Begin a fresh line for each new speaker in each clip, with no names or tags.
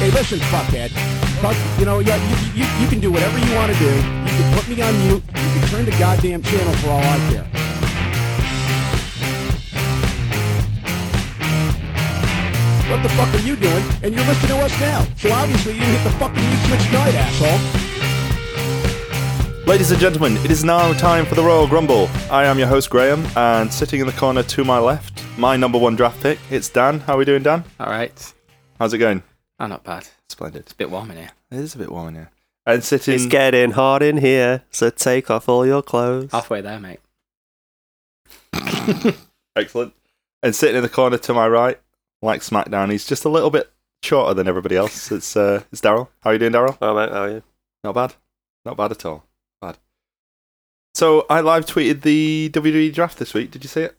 hey, listen, fuckhead. Fuck, you know, yeah, you, you, you can do whatever you want to do. You can put me on mute. You can turn the goddamn channel for all I care. What the fuck are you doing? And you're listening to us now. So obviously you didn't hit the fucking mute switch tonight, asshole.
Ladies and gentlemen, it is now time for the Royal Grumble. I am your host Graham, and sitting in the corner to my left, my number one draft pick, it's Dan. How are we doing, Dan?
All right.
How's it going?
Oh, not bad. It's
Splendid.
a bit warm in here.
It is a bit warm in here. And sitting,
It's getting hot in here, so take off all your clothes.
Halfway there, mate.
excellent. And sitting in the corner to my right, like SmackDown, he's just a little bit shorter than everybody else. It's uh, it's Daryl. How are you doing, Daryl?
Oh, mate, how are you?
Not bad. Not bad at all. Bad. So I live tweeted the WWE draft this week. Did you see it?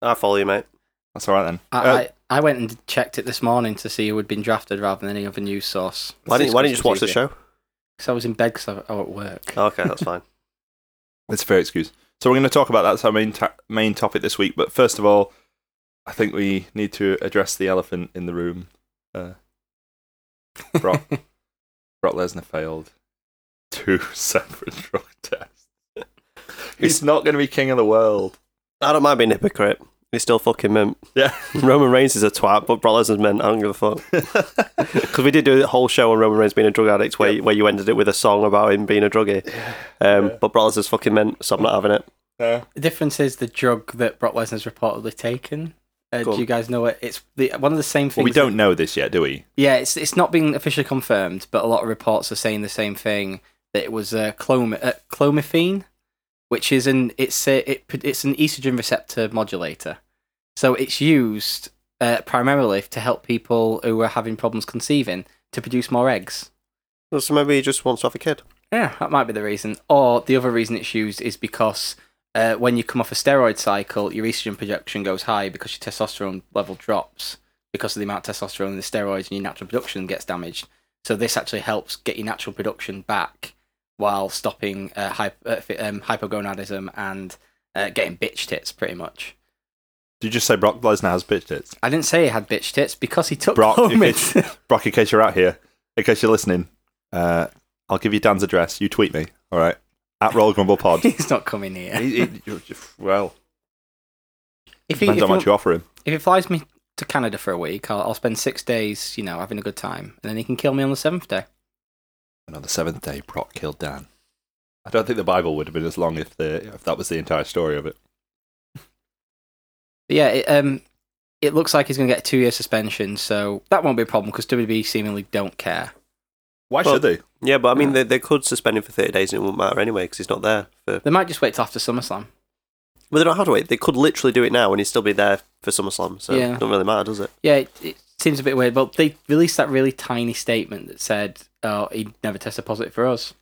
I follow you, mate.
That's all right then.
I,
Uh,
I, I went and checked it this morning to see who had been drafted rather than any other news source.
Why didn't, why didn't you just watch the show?
Because I was in bed because I was at work.
Oh, Okay, that's fine.
It's a fair excuse. So we're going to talk about that's our main ta- main topic this week. But first of all, I think we need to address the elephant in the room. Uh,
Oh,
Brock Brock Lesnar failed two separate drug tests. He's not going to be king of the world.
I don't mind being a hypocrite. He's still fucking mint.
Yeah.
Roman Reigns is a twat, but Brock Lesnar's mint. I don't give a fuck. Because we did do a whole show on Roman Reigns being a drug addict, where, where you ended it with a song about him being a druggie. Um, But Brock Lesnar's fucking mint, so I'm not having it.
No.
The difference is the drug that Brock Lesnar's reportedly taken. Uh,
Go
do
on.
you guys know it? It's the, one of the same things.
Well, we
that-
don't know this yet, do we?
yeah, it's it's not been officially confirmed, but a lot of reports are saying the same thing that it was uh, clom- uh, clomiphene, which is an it's a, it, pr- it's an estrogen receptor modulator. So it's used uh, primarily to help people who are having problems conceiving to produce more eggs.
So maybe he just wants to have a kid.
Yeah, that might be the reason. Or the other reason it's used is because uh, when you come off a steroid cycle, your estrogen production goes high because your testosterone level drops because of the amount of testosterone in the steroids and your natural production gets damaged. So this actually helps get your natural production back while stopping uh, hyp- uh, fi- um, hypogonadism and uh, getting bitch tits, pretty much.
Did you just say Brock Lesnar has bitch tits?
I didn't say he had bitch tits because he took
Brock, in
Clomid.
case, Brock, in case you're out here, in case you're listening, uh, I'll give you Dan's address. You tweet me, all right? At Roll Grumble Pod.
He's not coming here.
He- he- you- you- well,
If he,
depends how
if he-
much you offer him.
if he flies me to Canada for a week, I'll, I'll spend six days, you know, having a good time, and then he can kill me on the seventh day.
And on the seventh day, Brock killed Dan. I don't think the Bible would have been as long if the if that was the entire story of it.
But yeah, it, um, it looks like he's going to get a two-year suspension, so that won't be a problem because WWE seemingly don't care.
Why
Well-
should they?
Yeah, but I mean, they, they could suspend him for 30 days and it wouldn't matter anyway because he's not there. For...
They might just wait till after SummerSlam.
Well, they don't have to wait. They could literally do it now and he'd still be there for SummerSlam, so
Yeah.
it doesn't really matter, does it?
Yeah, it, it seems a bit weird, but they released that really tiny statement that said, "Oh, he never tested positive for us."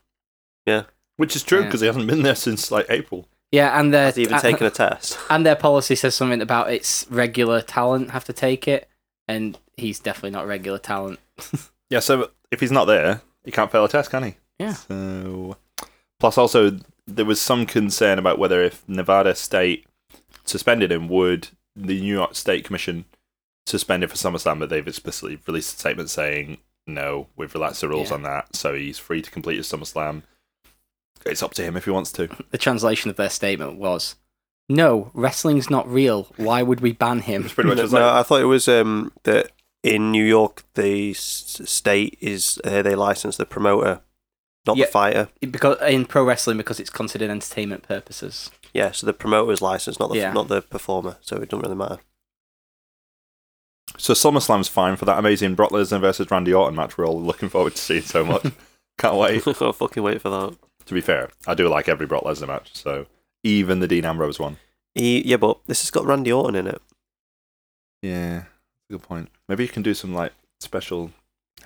Which is true
Yeah.
because he hasn't been there since like April.
Yeah, and they're
Has he even
and-
taken a test?
and their policy says something about its regular talent have to take it, and he's definitely not regular talent.
Yeah, so if he's not there, he can't fail a test, can he?
Yeah.
So, plus also there was some concern about whether if Nevada State suspended him, would the New York State Commission suspend him for SummerSlam? But they've explicitly released a statement saying no, we've relaxed the rules
Yeah.
on that, so he's free to complete his SummerSlam. It's up to him if he wants to.
the translation of their statement was, "No, wrestling's not real. Why would we ban him?"
It's pretty much
no,
just
no,
like,
I thought it was um, that in New York the s- state is uh, they license the promoter, not
Yeah.
the fighter.
Because in pro wrestling, because it's considered entertainment purposes.
Yeah, so the promoter is licensed, not the
Yeah.
not the performer. So it doesn't really matter.
so SummerSlam's fine for that amazing Brock Lesnar versus Randy Orton match. We're all looking forward to seeing so much. Can't wait.
I'll fucking wait for that.
To be fair, I do like every Brock Lesnar match, so even the Dean Ambrose one.
He, yeah, but this has got Randy Orton in it.
Yeah, good point. Maybe you can do some like special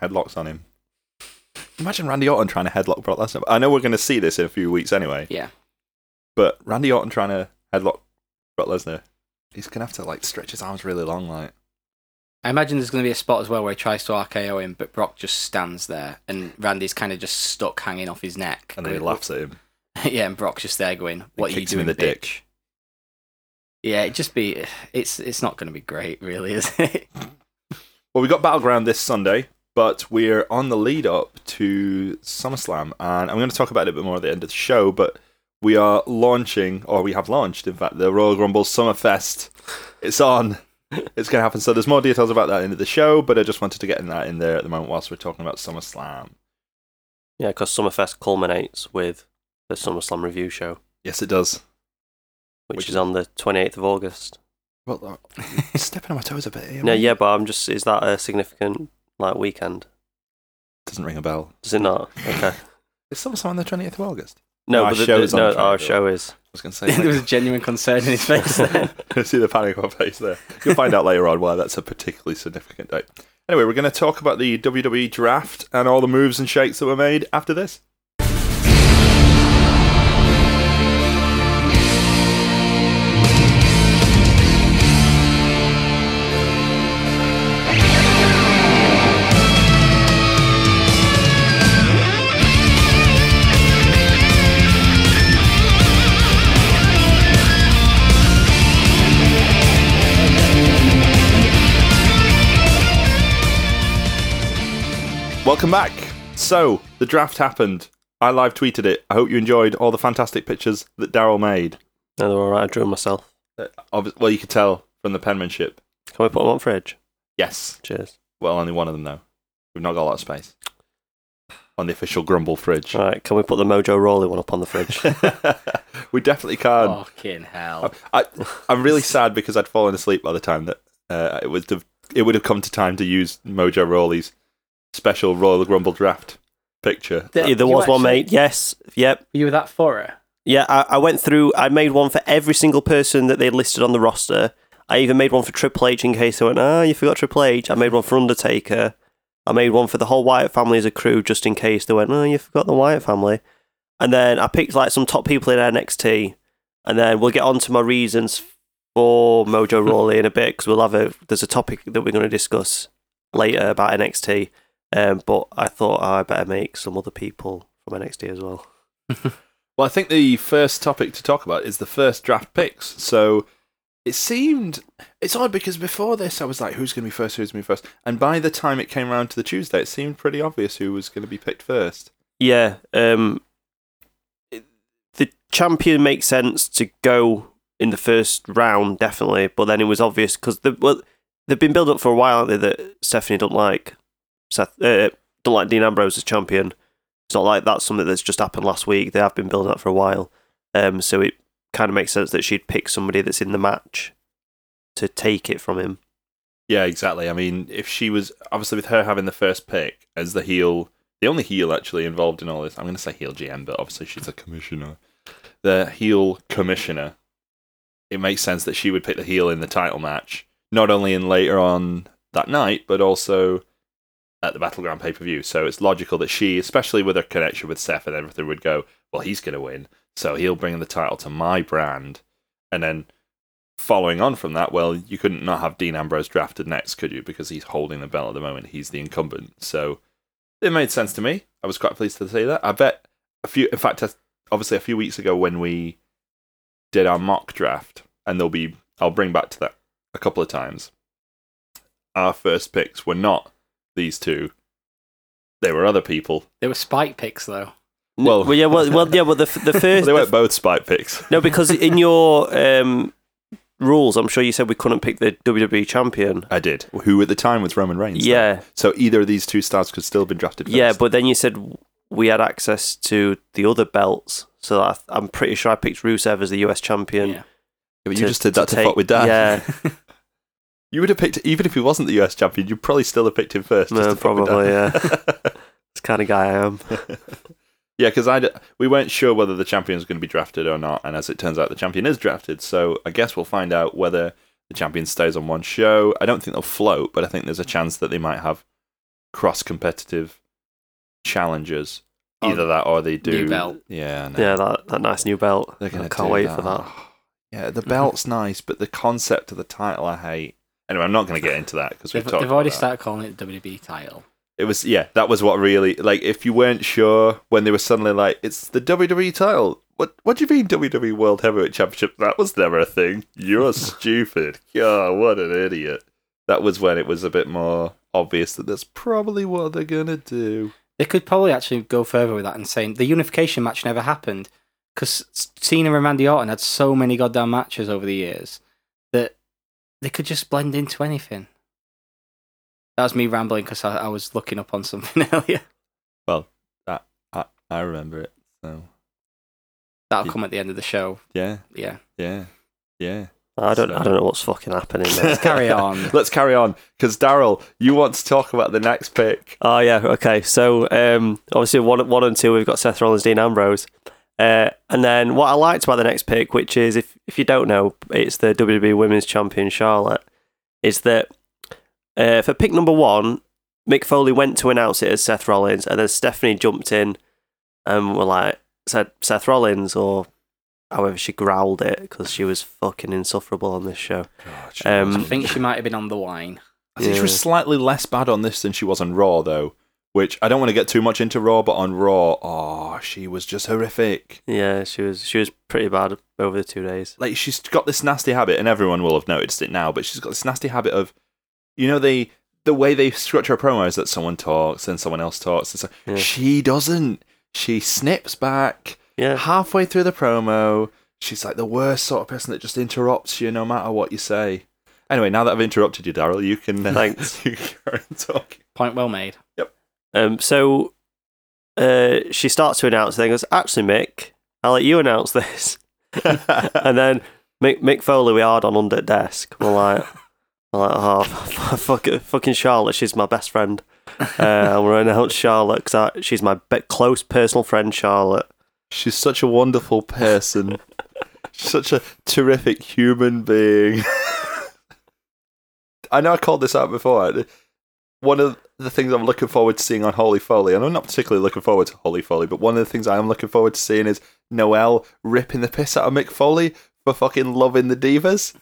headlocks on him. Imagine Randy Orton trying to headlock Brock Lesnar. I know we're going to see this in a few weeks anyway.
Yeah.
But Randy Orton trying to headlock Brock Lesnar, he's going to have to like stretch his arms really long. Like,
I imagine there's going to be a spot as well where he tries to RKO him, but Brock just stands there, and Randy's kind of just stuck hanging off his neck.
and then he laughs at him.
yeah, and Brock's just there going, "What are you
kicks him
doing,
in the
bitch?"
dick.
Yeah, it just be it's it's not going to be great, really, is it?
Well, we got Battleground this Sunday, But we're on the lead up to SummerSlam, and I'm going to talk about it a bit more at the end of the show. But we are launching, or we have launched, in fact, the Royal Rumble Summerfest. It's on. It's going to happen. So there's more details about that into the show, but I just wanted to get in that in there at the moment whilst we're talking about SummerSlam.
Yeah, because Summerfest culminates with the SummerSlam review show,
Yes, it does.
which,
Which
is on the 28th of August.
Well, uh, stepping on my toes a bit here.
No, yeah, but I'm just, is that a significant like weekend?
Doesn't ring a bell.
Does it not? Okay.
It's SummerSlam on the 20th of August.
No,
Our
but the,
show
the-
is on
no,
the
our
28th.
show is.
I was going to say.
there was a genuine concern in his face. Then.
See the panic on my face there. You'll find out later on why that's a particularly significant date. Anyway, we're going to talk about the WWE draft and all the moves and shakes that were made after this. Welcome back. So, the draft happened. I live tweeted it. I hope you enjoyed all the fantastic pictures that Daryl made.
No, they're all right. I drew 'em myself.
Uh, obvi- well, you could tell from the penmanship.
Can we put them on fridge?
Yes.
Cheers.
Well, only one of them, though. We've not got a lot of space on the official Grumble fridge.
All right. Can we put the Mojo Rawley one up on the fridge?
we definitely can.
Fucking hell.
I, I'm really sad because I'd fallen asleep by the time that uh, it was. The, it would have come to time to use Mojo Rawley's special Royal Grumble draft picture.
Yeah, there
You
was one,
actually-
mate. Yes. Yep.
You were that thorough.
Yeah, I, I went through. I made one for every single person that they listed on the roster. I even made one for Triple H in case they went, ah, you forgot Triple H. I made one for Undertaker. I made one for the whole Wyatt family as a crew, just in case they went, oh, you forgot the Wyatt family. And then I picked like some top people in NXT. And then we'll get on to my reasons for Mojo Rawley in a bit because we'll have a there's a topic that we're going to discuss later about NXT. Um, but I thought I better make some other people from NXT as well.
Well, I think the first topic to talk about is the first draft picks. So it seemed it's odd because before this I was like, who's going to be first? Who's going to be first? And by the time it came around to the Tuesday, it seemed pretty obvious who was going to be picked first.
Yeah, um, the champion makes sense to go in the first round, definitely. But then it was obvious because the well, they've been built up for a while, aren't they? That Stephanie don't like Seth, uh, don't like Dean Ambrose as champion. It's not like that's something that's just happened last week. They have been building up for a while, um, so it kind of makes sense that she'd pick somebody that's in the match to take it from him.
Yeah, exactly. I mean, if she was obviously with her having the first pick as the heel, the only heel actually involved in all this, I'm going to say heel GM, but obviously she's a commissioner. The heel commissioner. It makes sense that she would pick the heel in the title match, not only in later on that night, but also at the battleground pay per view. So it's logical that she, especially with her connection with Seth and everything, would go, "Well, he's going to win, so he'll bring the title to my brand," and then following on from that, well, you couldn't not have Dean Ambrose drafted next, could you? Because he's holding the belt at the moment. He's the incumbent. So it made sense to me. I was quite pleased to see that. I bet a few, in fact, I- obviously a few weeks ago when we did our mock draft, and there'll be, I'll bring back to that a couple of times. Our first picks were not these two. They were other people.
There were spike picks though.
Well-
yeah, well, well, yeah, well, the f- the first
They weren't both spike picks.
No, because in your um, rules, I'm sure you said we couldn't pick the WWE champion.
I did. Who at the time was Roman Reigns. though.
yeah,
So either of these two stars could still have been drafted first.
yeah, but then you said we had access to the other belts, so I, I'm pretty sure I picked Rusev as the US champion.
Yeah.
Yeah, but you just did that to, fuck with Dad.
Yeah,
You would have picked, even if he wasn't the US champion, you'd probably still have picked him first.
no,
just to
probably. Yeah,
Fuck
that's
with Dad.
the kind of guy I am.
yeah, because I d- we weren't sure whether the champion was going to be drafted or not, and as it turns out, the champion is drafted. So I guess we'll find out whether the champion stays on one show. I don't think they'll float, but I think there's a chance that they might have cross-competitive challengers.
Oh,
Either that or they do.
belt.
Yeah, I know.
Yeah, that that nice new belt.
They're
I
gonna
can't
do
wait for that.
Yeah, the belt's nice, but the concept of the title I hate. Anyway, I'm not going to get into that because we've
They've,
talked.
they've already
about that.
started calling it the WB title.
It was yeah, that was what really like. If you weren't sure when they were suddenly like, it's the WWE title. What what do you mean WWE World Heavyweight Championship? That was never a thing. You're stupid. God, what an idiot. That was when it was a bit more obvious that that's probably what they're gonna do.
They could probably actually go further with that and saying the unification match never happened because Cena and Randy Orton had so many goddamn matches over the years that they could just blend into anything. That was me rambling because I, I was looking up on something earlier.
I I remember it. So
That'll
Yeah.
come at the end of the show.
yeah,
Yeah.
yeah, yeah.
I don't, I don't know what's fucking happening. There.
carry on.
Let's carry on because Daryl, you want to talk about the next pick.
Oh yeah, okay. So um, obviously one, one and two, we've got Seth Rollins, Dean Ambrose, uh, and then what I liked about the next pick, which is if if you don't know, it's the WWE Women's Champion Charlotte, is that uh, for pick number one, Mick Foley went to announce it as Seth Rollins, and then Stephanie jumped in and were like said Seth Rollins or however she growled it because she was fucking insufferable on this show. Um,
I think she might have been on the wine.
I think she was slightly less bad on this than she was on Raw, though. Which I don't want to get too much into Raw, but on Raw, oh, she was just horrific.
Yeah, she was she was pretty bad over the two days.
Like she's got this nasty habit, and everyone will have noticed it now. But she's got this nasty habit of, you know, they the way they structure a promo is that someone talks and someone else talks, and so
Yeah.
she doesn't. She snips back.
Yeah.
halfway through the promo, she's like the worst sort of person that just interrupts you no matter what you say. Anyway, now that I've interrupted you, Daryl, you can uh,
Thanks.
you can carry on talking.
Point well made.
Um, so uh, she starts to announce the thing. Goes, actually, Mick, I'll let you announce this. and then Mick, Mick Foley, we hard on under the desk. We're like, we're like, oh, fuck, fuck- fucking Charlotte, she's my best friend. Uh, and we're announce Charlotte because she's my be- close personal friend, Charlotte.
She's such a wonderful person. She's such a terrific human being. I know I called this out before. One of the things I'm looking forward to seeing on Holy Foley, and I'm not particularly looking forward to Holy Foley, but one of the things I am looking forward to seeing is Noel ripping the piss out of Mick Foley for fucking loving the divas.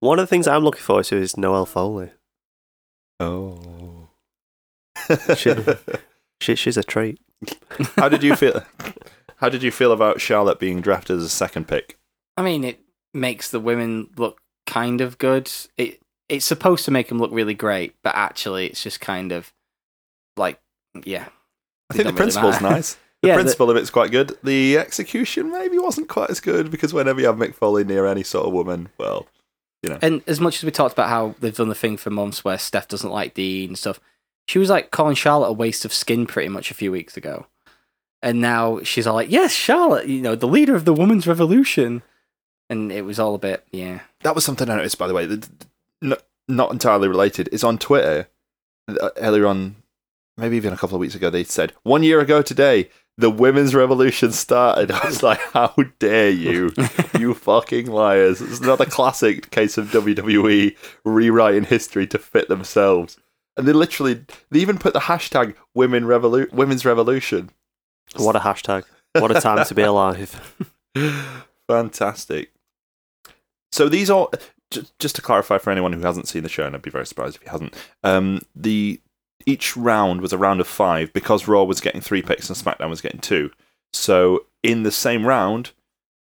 One of the things I'm looking forward to is Noelle Foley.
Oh.
Shit. She, she's a treat.
how did you feel? How did you feel about Charlotte being drafted as a second pick?
I mean, it makes the women look kind of good. It it's supposed to make them look really great, but actually, it's just kind of like,
I
yeah, It
think the
don't really
principle's
matter.
nice. The
yeah.
principle of it's quite good. The execution maybe wasn't quite as good because whenever you have Mick Foley near any sort of woman, well,
the- and as much as we talked about how they've done the thing for months where Steph doesn't like Dean and stuff, she was like calling Charlotte a waste of skin pretty much a few weeks ago, and now she's all like, "Yes, Charlotte, you know, the leader of the women's revolution," and it was all a bit, yeah.
that was something I noticed by the way. That, n- not entirely related. Is on Twitter uh, earlier on, maybe even a couple of weeks ago. They said one year ago today the women's revolution started. I was like, how dare you? you fucking liars. It's another classic case of WWE rewriting history to fit themselves. And they literally, they even put the hashtag women revolu- women's revolution.
What a hashtag. What a time to be alive.
Fantastic. So these are just, just to clarify for anyone who hasn't seen the show, and I'd be very surprised if you hasn't. Um, the each round was a round of five because Raw was getting three picks and SmackDown was getting two. So in the same round,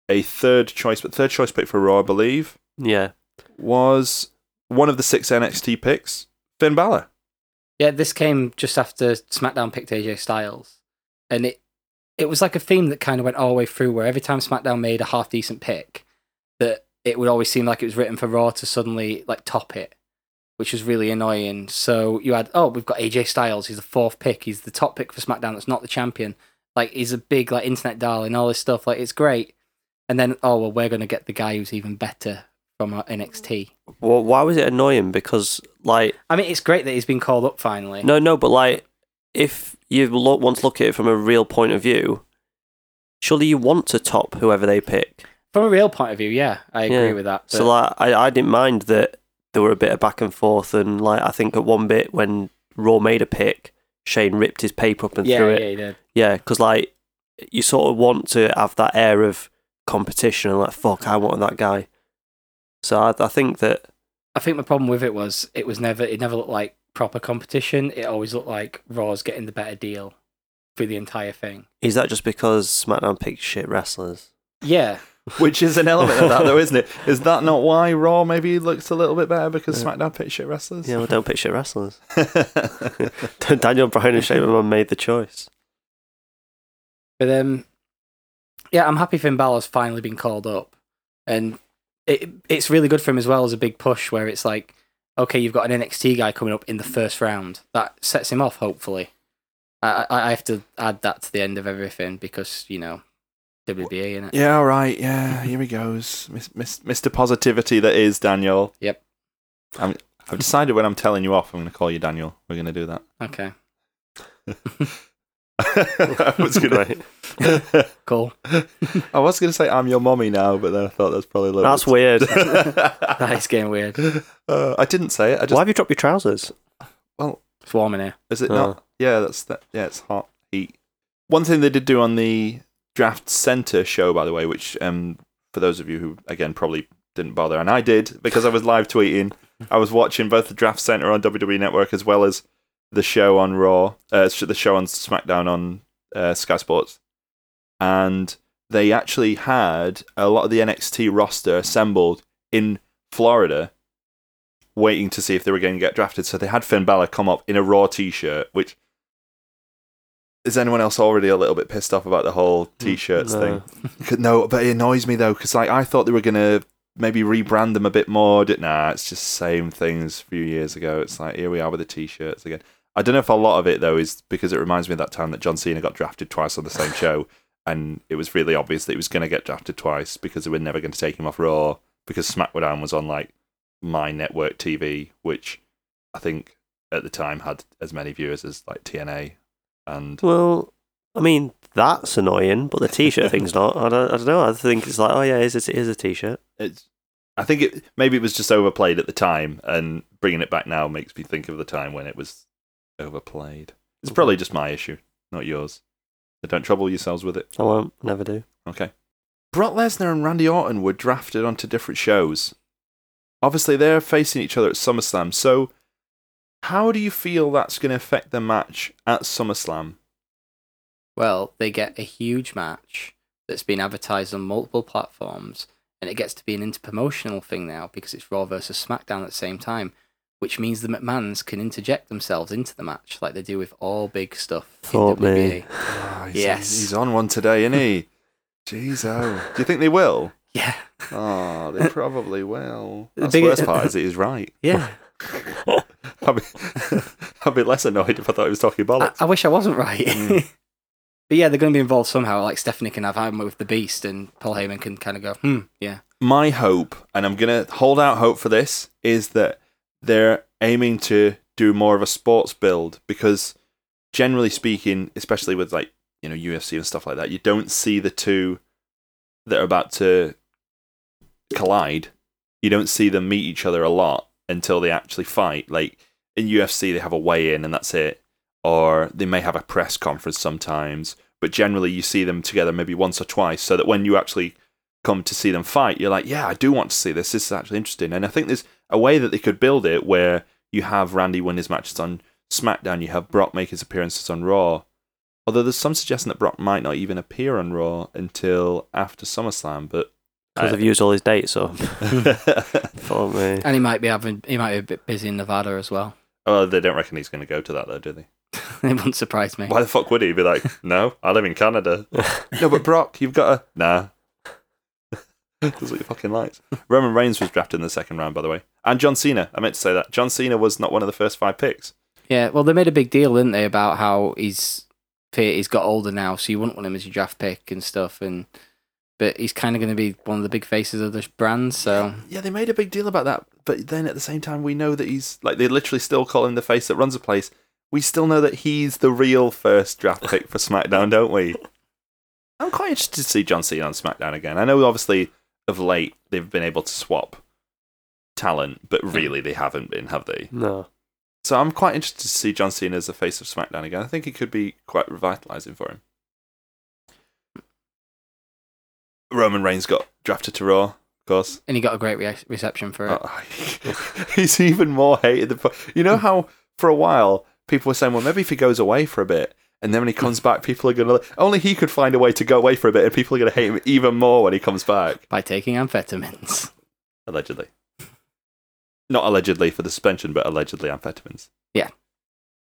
a third choice, but third choice pick for Raw, I believe,
Yeah.
was one of the six NXT picks, Finn Balor.
Yeah, this came just after SmackDown picked AJ Styles, and it it was like a theme that kind of went all the way through. Where every time SmackDown made a half decent pick, that it would always seem like it was written for Raw to suddenly like top it, which was really annoying. So you had oh we've got AJ Styles, he's the fourth pick, he's the top pick for SmackDown that's not the champion. Like he's a big like internet darling, all this stuff. Like it's great, and then oh well we're gonna get the guy who's even better from our NXT.
Well, why was it annoying? Because, like,
I mean it's great that he's been called up finally.
No, no, but like, if you lo- want to look at it from a real point of view, surely you want to top whoever they pick.
From a real point of view, yeah, I agree
Yeah.
with that.
So
but-
like, I, I didn't mind that there were a bit of back and forth, and like, I think at one bit when Raw made a pick, Shane ripped his paper up and
yeah,
threw
yeah,
it.
he did.
Yeah, because like, you sort of want to have that air of competition and like, fuck, I want that guy. So I, I think that
I think the problem with it was it was never it never looked like proper competition. It always looked like Raw's getting the better deal through the entire thing.
is that just because SmackDown picked shit wrestlers.
Yeah,
Which is an element of that, though, isn't it? Is that not why Raw maybe looks a little bit better because SmackDown pitched shit wrestlers?
Yeah, well, don't picture wrestlers. Daniel Bryan and Shane McMahon made the choice.
But um, yeah, I'm happy Finn Balor's finally been called up, and it it's really good for him as well as a big push where it's like, okay, you've got an NXT guy coming up in the first round that sets him off. Hopefully, I I, I have to add that to the end of everything because you know, WBA and it.
Yeah, all right. Yeah, here he goes. Mis- mis- Mr. Positivity, that is Daniel.
Yep.
I'm, I've decided when I'm telling you off, I'm going to call you Daniel. We're going to do that.
Okay,
I was going
Right.
to.
cool.
I was going to say I'm your mommy now, but then I thought that's probably a little.
That's weird.
That is getting weird.
uh, I didn't say it. I just
Why have you dropped your trousers?
It's warm in here.
Is it
Oh.
not? Yeah, that's that. Yeah, it's hot heat. One thing they did do on the draft center show, by the way, which um, for those of you who again probably didn't bother, and I did because I was live tweeting. I was watching both the draft center on WWE Network as well as the show on Raw, uh, sh- the show on SmackDown on uh, Sky Sports, and they actually had a lot of the NXT roster assembled in Florida waiting to see if they were going to get drafted. So they had Finn Balor come up in a Raw T-shirt, which is anyone else already a little bit pissed off about the whole T-shirts
Mm, no.
thing? 'Cause- No, but it annoys me though because like I thought they were gonna maybe rebrand them a bit more. Didn't nah, it's just same things a few years ago. It's like here we are with the T-shirts again. I don't know if a lot of it though is because it reminds me of that time that John Cena got drafted twice on the same show, and it was really obvious that he was going to get drafted twice because they were never going to take him off Raw because SmackDown was on like my network TV, which I think at the time had as many viewers as like TNA, and
Well, I mean, that's annoying, but the t-shirt thing's not. I don't, I don't know. I think it's like, oh yeah, it is, it is a t-shirt.
it's I think it maybe it was just overplayed at the time, and bringing it back now makes me think of the time when it was overplayed. It's probably just my issue, not yours. So don't trouble yourselves with it.
I won't. Never do.
Okay. Brock Lesnar and Randy Orton were drafted onto different shows. Obviously, they're facing each other at SummerSlam. So, how do you feel that's going to affect the match at SummerSlam?
Well, they get a huge match that's been advertised on multiple platforms, and it gets to be an interpromotional thing now because it's Raw versus SmackDown at the same time, which means the McMahons can interject themselves into the match like they do with all big stuff. in E.
Thought me.
WBA.
Ah, he's,
Yes.
He's on one today, isn't he? Jeez, oh. Do you think they will?
Yeah,
Oh, they probably will.
The
That's the
big-
worst part is it is right.
yeah.
I'd be, I'd be less annoyed if I thought he was talking
I,
bollocks.
I wish I wasn't right. but yeah, they're going to be involved somehow. Like Stephanie can have him with the Beast, and Paul Heyman can kind of go, hmm, yeah.
my hope, and I'm gonna hold out hope for this, is that they're aiming to do more of a sports build because, generally speaking, especially with like you know UFC and stuff like that, you don't see the two that are about to collide. You don't see them meet each other a lot until they actually fight. Like in UFC, they have a weigh-in and that's it, or they may have a press conference sometimes. But generally, you see them together maybe once or twice, so that when you actually come to see them fight, you're like, yeah, I do want to see this. This is actually interesting. And I think there's a way that they could build it where you have Randy win his matches on SmackDown, you have Brock make his appearances on Raw. Although there's some suggestion that Brock might not even appear on Raw until after SummerSlam, but
Because I've used all his dates up. For me.
And he might be having, he might be a bit busy in Nevada as well.
oh, they don't reckon he's going to go to that though, do they?
it wouldn't surprise me.
Why the fuck would he be like, no, I live in Canada? no, but Brock, you've got a nah. That's what he fucking likes. Roman Reigns was drafted in the second round, by the way, and John Cena. I meant to say that John Cena was not one of the first five picks.
Yeah, well, they made a big deal, didn't they, about how he's he's got older now, so you wouldn't want him as your draft pick and stuff. And but he's kind of going to be one of the big faces of this brand. So
Yeah, they made a big deal about that, but then at the same time, we know that he's like they literally still call him the face that runs the place. We still know that he's the real first draft pick for SmackDown, don't we? I'm quite interested to see John Cena on SmackDown again. I know obviously of late they've been able to swap talent, but really they haven't been, have they?
No.
So I'm quite interested to see John Cena as the face of SmackDown again. I think it could be quite revitalizing for him. Roman Reigns got drafted to Raw, of course.
and he got a great re- reception for
Uh,
it.
Oh, he's even more hated. Than, you know how for a while people were saying, well, maybe if he goes away for a bit, And then when he comes back, people are gonna only he could find a way to go away for a bit, and people are gonna hate him even more when he comes back.
by taking amphetamines.
Allegedly, not allegedly for the suspension, but allegedly amphetamines.
Yeah.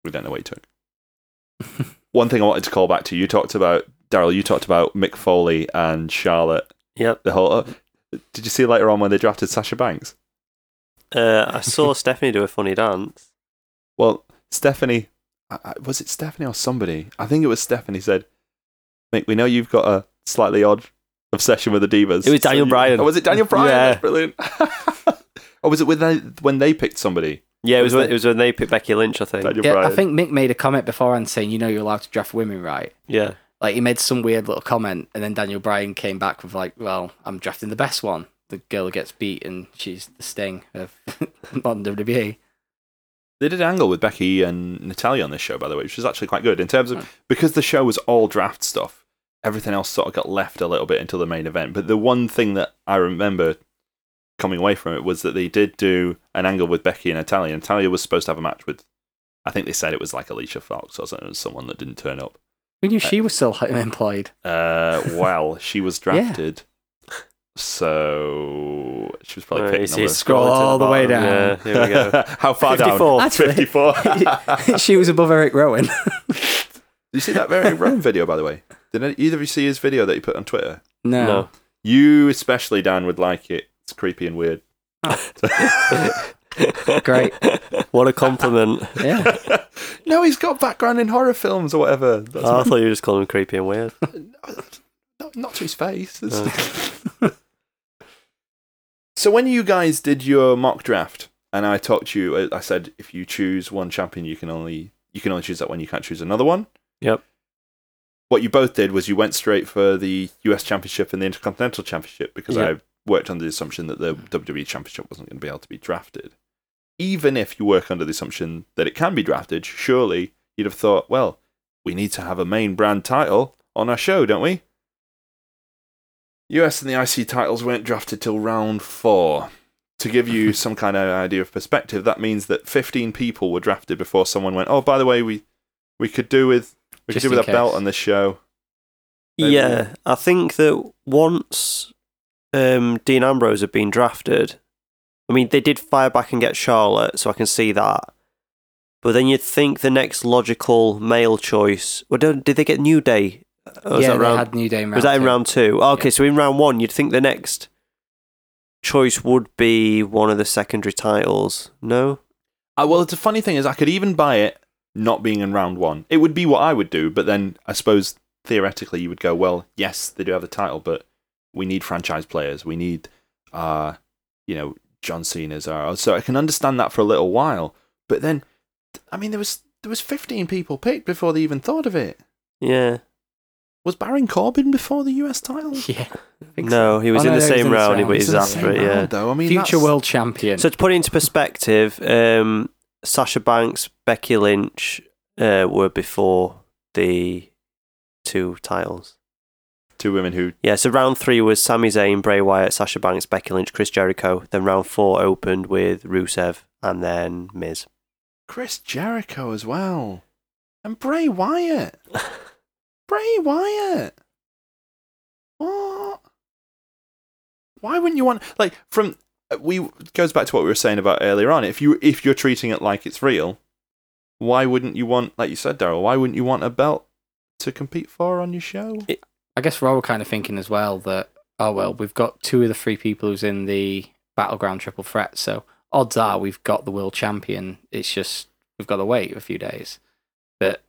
we don't know what he took. One thing I wanted to call back to you talked about Daryl. You talked about Mick Foley and Charlotte.
Yep.
The whole. oh, did you see later on when they drafted Sasha Banks?
Uh, I saw Stephanie do a funny dance.
Well, Stephanie, I- I- was it Stephanie or somebody? I think it was Stephanie said, "Mate, we know you've got a slightly odd obsession with the divas."
It was Daniel
you-
Bryan.
Oh, was it Daniel Bryan?
Yeah.
That's brilliant. or was it when they, when they picked somebody?
Yeah, it
Was
was when,
that-
it was when they picked Becky Lynch, I think.
Daniel
Yeah,
Bryan.
I think Mick made a comment beforehand saying, "You know, you're allowed to draft women, right?"
Yeah.
Like he made some weird little comment, and then Daniel Bryan came back with like, "Well, I'm drafting the best one." The girl gets beat, and she's the sting of modern E. WWE.
They did angle with Becky and Natalia on this show, by the way, which was actually quite good in terms of because the show was all draft stuff. Everything else sort of got left a little bit until the main event. But the one thing that I remember coming away from it was that they did do an angle with Becky and Natalia. Natalia was supposed to have a match with, I think they said it was like Alicia Fox or something, someone that didn't turn up.
We knew she was still employed.
Uh, well, she was
Yeah.
drafted, so she was probably
Oh, you
picked
see
number.
it scroll
Scroll
to
all the way
bottom.
down.
Yeah, here we go.
How far down?
54.
Actually-
54.
she was above Eric Rowan.
Did you see that very Rowan video, by the way? Did any, either of you see his video that he put on Twitter?
No.
No.
You especially, Dan, would like it. It's creepy and weird.
Great.
What a compliment.
Yeah.
no, he's got background in horror films or whatever. That's
Oh, I thought you were just calling him creepy and weird.
not, not to his face. It's- so when you guys did your mock draft, and I talked to you, uh, I- I said if you choose one champion, you can only you can only choose that one. You can't choose another one.
Yep.
What you both did was you went straight for the U.S. Championship and the Intercontinental Championship because
Yep.
I worked under the assumption that the WWE Championship wasn't going to be able to be drafted. Even if you work under the assumption that it can be drafted, surely you'd have thought, well, we need to have a main brand title on our show, don't we? US and the IC titles weren't drafted till round four. To give you some kind of idea of perspective, that means that 15 people were drafted before someone went, "Oh, by the way, we we could do with we
Just
could do
in
with a belt
case.
on this show." Maybe.
Yeah, I think that once um, Dean Ambrose had been drafted, I mean, they did fire back and get Charlotte, so I can see that. But then you'd think the next logical male choice. Well, don't, did they get New Day? Or was
yeah, they
that round,
had New Day. In round
was that in
two.
round two? Oh, okay, so in round one, you'd think the next choice would be one of the secondary titles. No?
Uh, well, it's a funny thing is I could even buy it not being in round one. It would be what I would do, but then I suppose theoretically you would go, well, yes, they do have the title, but we need franchise players. We need, uh, you know, John Cena's. Our, so I can understand that for a little while, but then, I mean, there was there was fifteen people picked before they even thought of it.
Yeah.
Was Baron Corbin before the U.S. title?
Yeah. I think so.
No, he was
Oh,
in
no,
the
no, he was
same
in this
round,
round.
but
He was
he's
in the
after
same
it, yeah.
round, though. I mean,
Future
that's-
world champion.
So to put it into perspective, um, Sasha Banks, Becky Lynch uh, were before the two titles.
two women who
Yeah, so round three was Sami Zayn, Bray Wyatt, Sasha Banks, Becky Lynch, Chris Jericho. Then round four opened with Rusev and then Miz.
Chris Jericho as well. And Bray Wyatt. Bray Wyatt. What? Why wouldn't you want like from uh, we it goes back to what we were saying about earlier on. If you if you're treating it like it's real, why wouldn't you want like you said, Daryl, why wouldn't you want a belt to compete for on your show?
I guess we're all kind of thinking as well that oh well, we've got two of the three people who's in the battleground triple threat, so odds are we've got the world champion. It's just we've got to wait a few days. But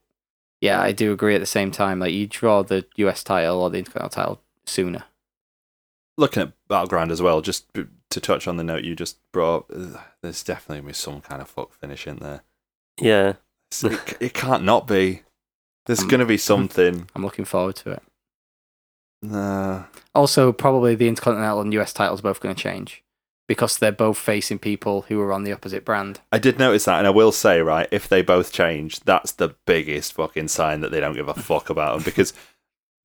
yeah, I do agree. At the same time, like you draw the US title or the Intercontinental title sooner.
looking at battleground as well, just b- to touch on the note you just brought up, ugh, there's definitely gonna be some kind of fuck finish in there.
Yeah.
It's- It, c- it can't not be. There's
Mm.
going to be something.
I'm looking forward to it.
Nah.
Also, probably the Intercontinental and US titles are both going to change because they're both facing people who are on the opposite brand.
I did notice that, and I will say, right, if they both change, that's the biggest fucking sign that they don't give a fuck about them. Because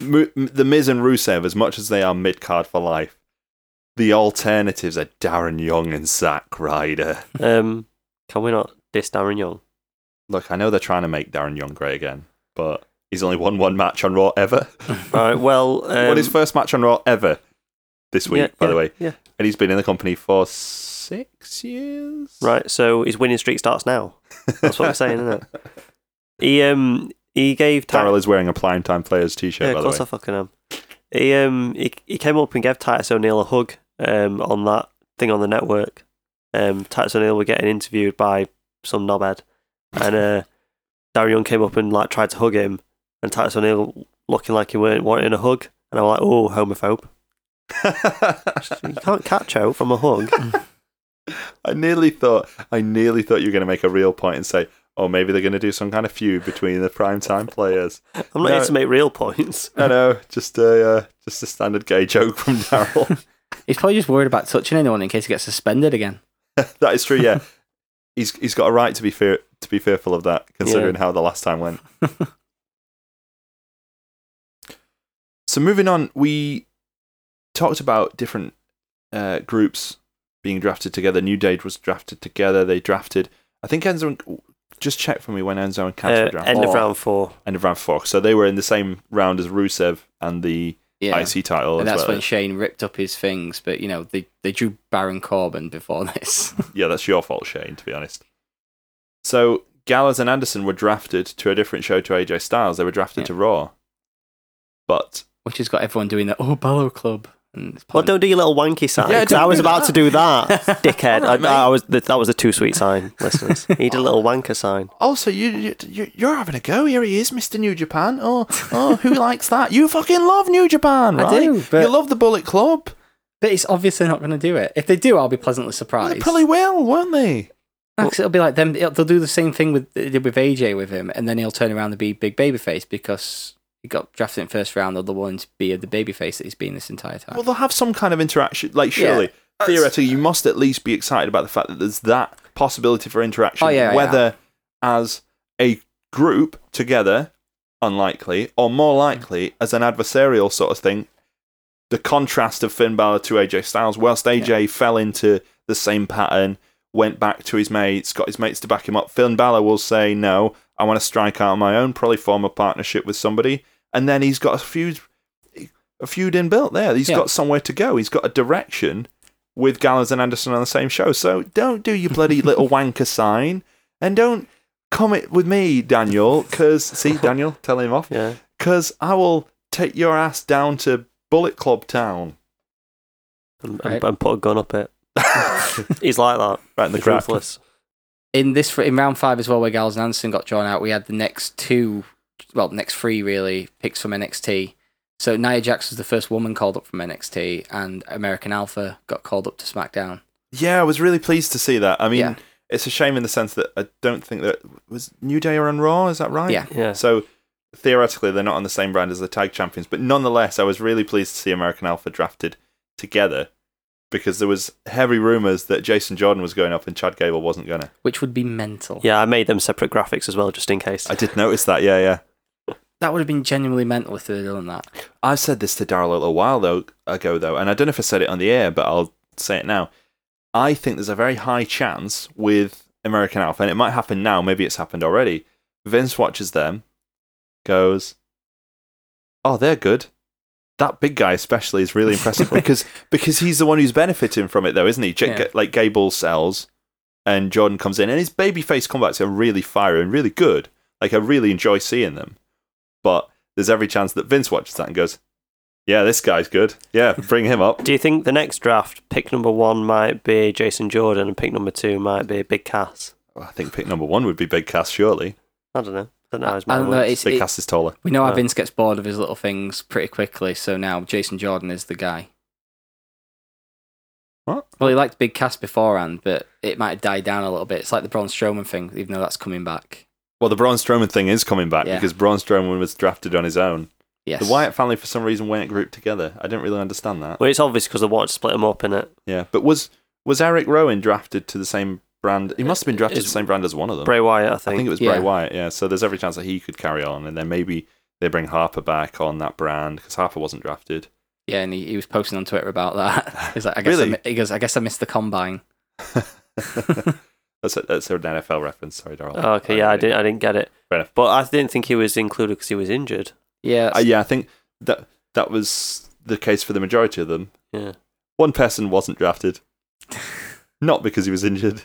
Mu- M- the Miz and Rusev, as much as they are mid card for life, the alternatives are Darren Young and Zack Ryder.
Um, can we not diss Darren Young?
Look, I know they're trying to make Darren Young great again, but He's only won one match on Raw ever.
All right. Well, um,
won his first match on Raw ever this week,
yeah,
by
yeah,
the way.
yeah.
And he's been in the company for six years.
Right, so his winning streak starts now. That's what I'm saying, isn't it? He um he gave Ty-
Darrell is wearing a Prime Time Players t shirt,
yeah,
by
of
the
course I
way.
fucking am. He um he, he came up and gave Titus O'Neill a hug um on that thing on the network. Um Titus O'Neill were getting interviewed by some knobhead, and uh Darren Young came up and like tried to hug him, and Titus O'Neill looking like he weren't wanting a hug, and I was like, oh, homophobe. You can't catch out from a hug.
I nearly thought I nearly thought you were going to make a real point and say, "Oh, maybe they're going to do some kind of feud between the prime time players."
I'm not
No.
here to make real points.
No, no, just a uh, just a standard gay joke from Daryl.
He's probably just worried about touching anyone in case he gets suspended again.
that is true. Yeah, he's he's got a right to be fear to be fearful of that, considering how the last time went. So moving on, we talked about different uh, groups being drafted together. New Day was drafted together. They drafted. I think Enzo. And, just check for me Oh. when Enzo and Cass
Uh,
were drafted.
end of
Four.
round four.
end of round four. So they were in the same round as Rusev and the
Yeah.
IC title.
and
as
that's
well.
when Shane ripped up his things, but you know, they, they drew Baron Corbin before this.
yeah, that's your fault, Shane, to be honest. So Gallows and Anderson were drafted to a different show to AJ Styles. They were drafted
Yeah.
to Raw. But
Which has got everyone doing that, oh Balor Club and it's
Well, don't do your little wanky sign.
Yeah,
'cause
don't
I was
do
about
that.
to do that, dickhead.
Alright, mate.
I, I was that that was a too sweet sign, listeners. He did a little wanker sign.
also, you, you you're having a go. Here he is, Mr. New Japan. Oh, oh, who likes that? You fucking love New Japan,
I do, but-
love the Bullet Club.
But it's obviously not going to do it. If they do, I'll be pleasantly
Well,
surprised.
will, won't they?
No, 'cause it'll be like them. They'll they'll do the same thing with they did with AJ with him, and then he'll turn around and be big babyface because he got drafted in first round. They'll the ones be the babyface that he's been this entire time.
Well, they'll have some kind of interaction. Like, surely,
Uh,
theoretically, you must at least be excited about the fact that there's that possibility for interaction.
Oh, yeah,
whether as a group together, unlikely, or more likely as an adversarial sort of thing. The contrast of Finn Balor to AJ Styles, whilst AJ fell into the same pattern, went back to his mates, got his mates to back him up. Finn Balor will say, No, I want to strike out on my own, probably form a partnership with somebody. And then he's got a feud a feud inbuilt there. He's
Yeah.
got somewhere to go. He's got a direction with Gallows and Anderson on the same show. So don't do your bloody little wanker sign and don't comment with me, Daniel, because see, Daniel, tell him off,
Yeah,
because I will take your ass down to Bullet Club Town.
and, and-
Right.
and put a gun up it. He's like that.
Right in the
He's
crack.
ruthless.
in this in round five as well, where Gals and Anderson got drawn out, we had the next two, well, next three really picks from NXT. So Nia Jax was the first woman called up from NXT, and American Alpha got called up to SmackDown.
Yeah, I was really pleased to see that. I mean,
Yeah.
it's a shame in the sense that I don't think that was New Day or on Raw. Is that right?
Yeah.
Yeah.
So theoretically, they're not on the same brand as the tag champions, but nonetheless, I was really pleased to see American Alpha drafted together because there was heavy rumors that Jason Jordan was going up and Chad Gable wasn't gonna.
which would be mental.
Yeah, I made them separate graphics as well, just in case.
I did notice that. Yeah, yeah.
That would have been genuinely mental if they'd done that.
I said this to Daryl a little while though ago though, and I don't know if I said it on the air, but I'll say it now. I think there's a very high chance with American Alpha, and it might happen now, maybe it's happened already. Vince watches them, goes, Oh, they're good. That big guy especially is really impressive because because he's the one who's benefiting from it though, isn't he? J-
Yeah.
Like Gable sells and Jordan comes in and his babyface combats are really fire and really good. Like I really enjoy seeing them. But there's every chance that Vince watches that and goes, Yeah, this guy's good. Yeah, bring him up.
Do you think the next draft, pick number one might be Jason Jordan, and pick number two might be Big Cass?
I think pick number one would be Big Cass, surely.
I don't know. don't know. how his
I
mind
don't know,
works.
it's-
Big
it-
Cass is taller.
we know how
Uh,
Vince gets bored of his little things pretty quickly, so now Jason Jordan is the guy.
What?
Well, he liked Big Cass beforehand, but it might have died down a little bit. It's like the Braun Strowman thing, even though that's coming back.
Well, the Braun Strowman thing is coming back
Yeah.
because Braun Strowman was drafted on his own.
Yes.
The Wyatt family, for some reason, weren't grouped together. I didn't really understand that.
Well, it's obvious because I wanted to split them up in it.
Yeah, but was was Eric Rowan drafted to the same brand? He must have been drafted to
It's-
the same brand as one of them.
Bray Wyatt, I
Um, I
think.
think it was
Yeah.
Bray Wyatt. Yeah, so there's every chance that he could carry on, and then maybe they bring Harper back on that brand because Harper wasn't drafted.
Yeah, and he, he was posting on Twitter about that. He's like, I guess I,
Really?
mi- he goes, I guess I missed the combine.
That's a, that's an NFL reference. Sorry, Daryl.
Oh, okay, yeah, I didn't, I didn't get it.
Fair enough.
But I didn't think he was included because he was injured.
Yeah,
Uh, yeah, I think that that was the case for the majority of them.
Yeah.
One person wasn't drafted, not because he was injured.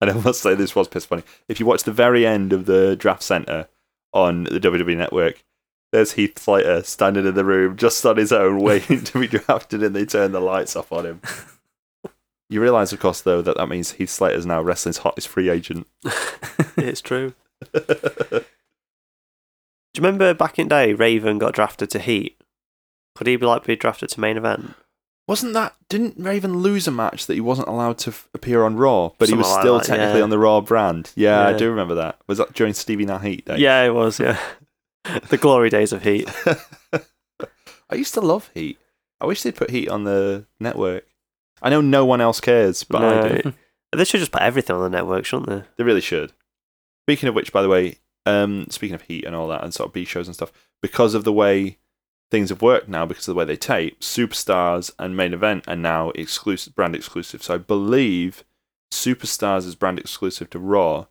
And I must say, this was piss funny. If you watch the very end of the draft center on the WWE Network, there's Heath Slater standing in the room just on his own, waiting to be drafted, and they turn the lights off on him. You realise, of course, though, that that means Heath Slater's now wrestling's hottest free agent.
it's true. Do you remember back in the day, Raven got drafted to Heat? Could he be like be drafted to main event?
Wasn't that? Didn't Raven lose a match that he wasn't allowed to f- appear on Raw, but he was
Something like
still
that,
technically
yeah.
on the Raw brand? Yeah, I
Yeah.
do remember that. Was that during Stevie Nash Heat Day?
Yeah, it was. Yeah, the glory days of Heat.
I used to love Heat. I wish they'd put Heat on the network. I know no one else cares, but I do.
No. They should just put everything on the network, shouldn't they?
They really should. Speaking of which, by the way, um, speaking of Heat and all that, and sort of B shows and stuff, because of the way things have worked now, because of the way they tape, Superstars and Main Event are now exclusive, brand exclusive. So I believe Superstars is brand exclusive to Raw,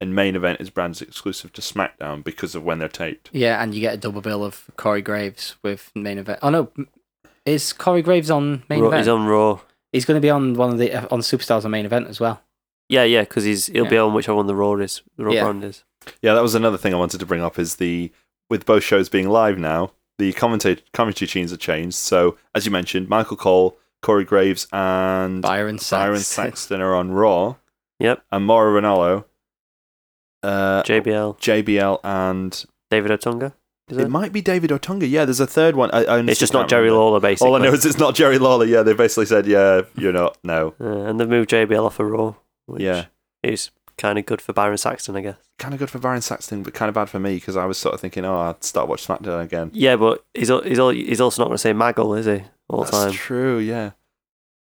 and Main Event is brand exclusive to SmackDown because of when they're taped.
yeah, and you get a double bill of Corey Graves with main event. Oh no, m- is Corey Graves on main
Raw,
event?
he's on Raw.
He's going to be on one of the uh, on Superstars on main event as well.
Yeah, yeah, because he's he'll be on whichever one the Raw is. The Raw
Yeah.
brand is.
Yeah, that was another thing I wanted to bring up is the with both shows being live now, the commentator commentary tunes are changed. So as you mentioned, Michael Cole, Corey Graves, and
Byron Saxton.
Byron Saxton are on Raw,
Yep,
and Mauro Ranallo, uh,
JBL,
JBL, and
David Otunga. Is
it
it?
might be David Otunga. Yeah, there's a third one. I, I honestly
It's just not
can't
Jerry
remember.
Lawler, basically.
All I know is it's not Jerry Lawler. Yeah, they basically said, yeah, you're not. No,
Uh, and they've moved JBL off a Raw, which
Yeah.
is kind of good for Byron Saxton, I guess.
kind of good for Byron Saxton, but kind of bad for me because I was sort of thinking, oh, I'd start watch SmackDown again.
Yeah, but he's al- he's al- he's also not going to say Maggle, is he? All the
That's
time.
true. Yeah.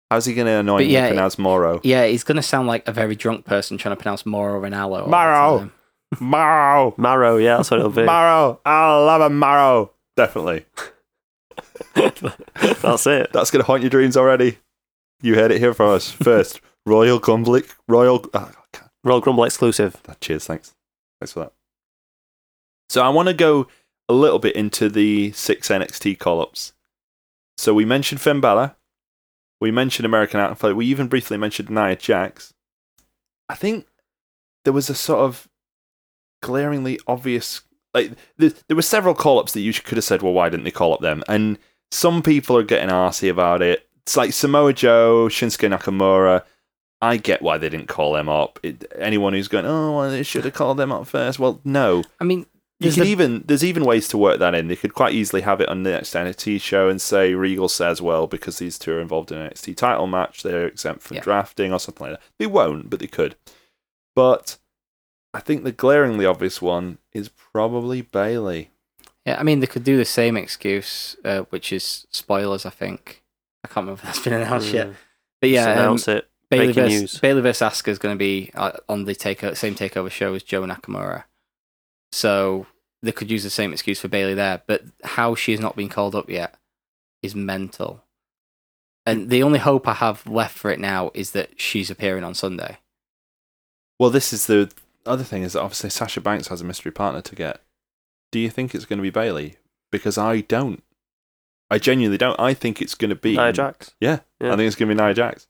How's he going to
But
annoy me
yeah,
pronounce Moro?
Yeah, he's going to sound like a very drunk person trying to pronounce Moro Ronaldo. all the
Mauro.
time.
Moro,
Marrow, yeah, that's what it'll be.
Moro, I love a Moro. Definitely.
that's it.
That's going to haunt your dreams already. You heard it here from us first. Royal Gumblick. Royal. Oh, God.
Royal Grumble exclusive.
that. Ah, Cheers, thanks. Thanks for that. So I want to go a little bit into the six NXT call-ups. So we mentioned Finn Balor, we mentioned American Outfit, we even briefly mentioned Nia Jax. I think there was a sort of glaringly obvious like there, there were several call-ups that you could have said, well, why didn't they call up them? And some people are getting arsy about it. It's like Samoa Joe, Shinsuke Nakamura. I get why they didn't call them up. It, anyone who's going, oh, well, they should have called them up first. Well, no.
I mean,
You
there's
can
the-
even there's even ways to work that in. They could quite easily have it on the next NXT show and say Regal says, well, because these two are involved in an NXT title match, they're exempt from
Yeah.
drafting or something like that. They won't, but they could. But I think the glaringly obvious one is probably Bailey.
yeah, I mean, they could do the same excuse, uh, which is spoilers. I think I can't remember if that's been announced yet,
Mm.
but
Just
yeah, um,
announce it.
Bailey
Breaking
versus,
news.
Bailey versus Asuka is going to be uh, on the takeover, same takeover show as Joe Nakamura. So they could use the same excuse for Bailey there, but how she has not been called up yet is mental. And the only hope I have left for it now is that she's appearing on Sunday.
Well, this is the other thing is that obviously Sasha Banks has a mystery partner to get. Do you think it's going to be Bailey? Because I don't. I genuinely don't. I think it's going to be
Nia Jax.
Yeah,
Yeah.
I think it's going to be Nia Jax.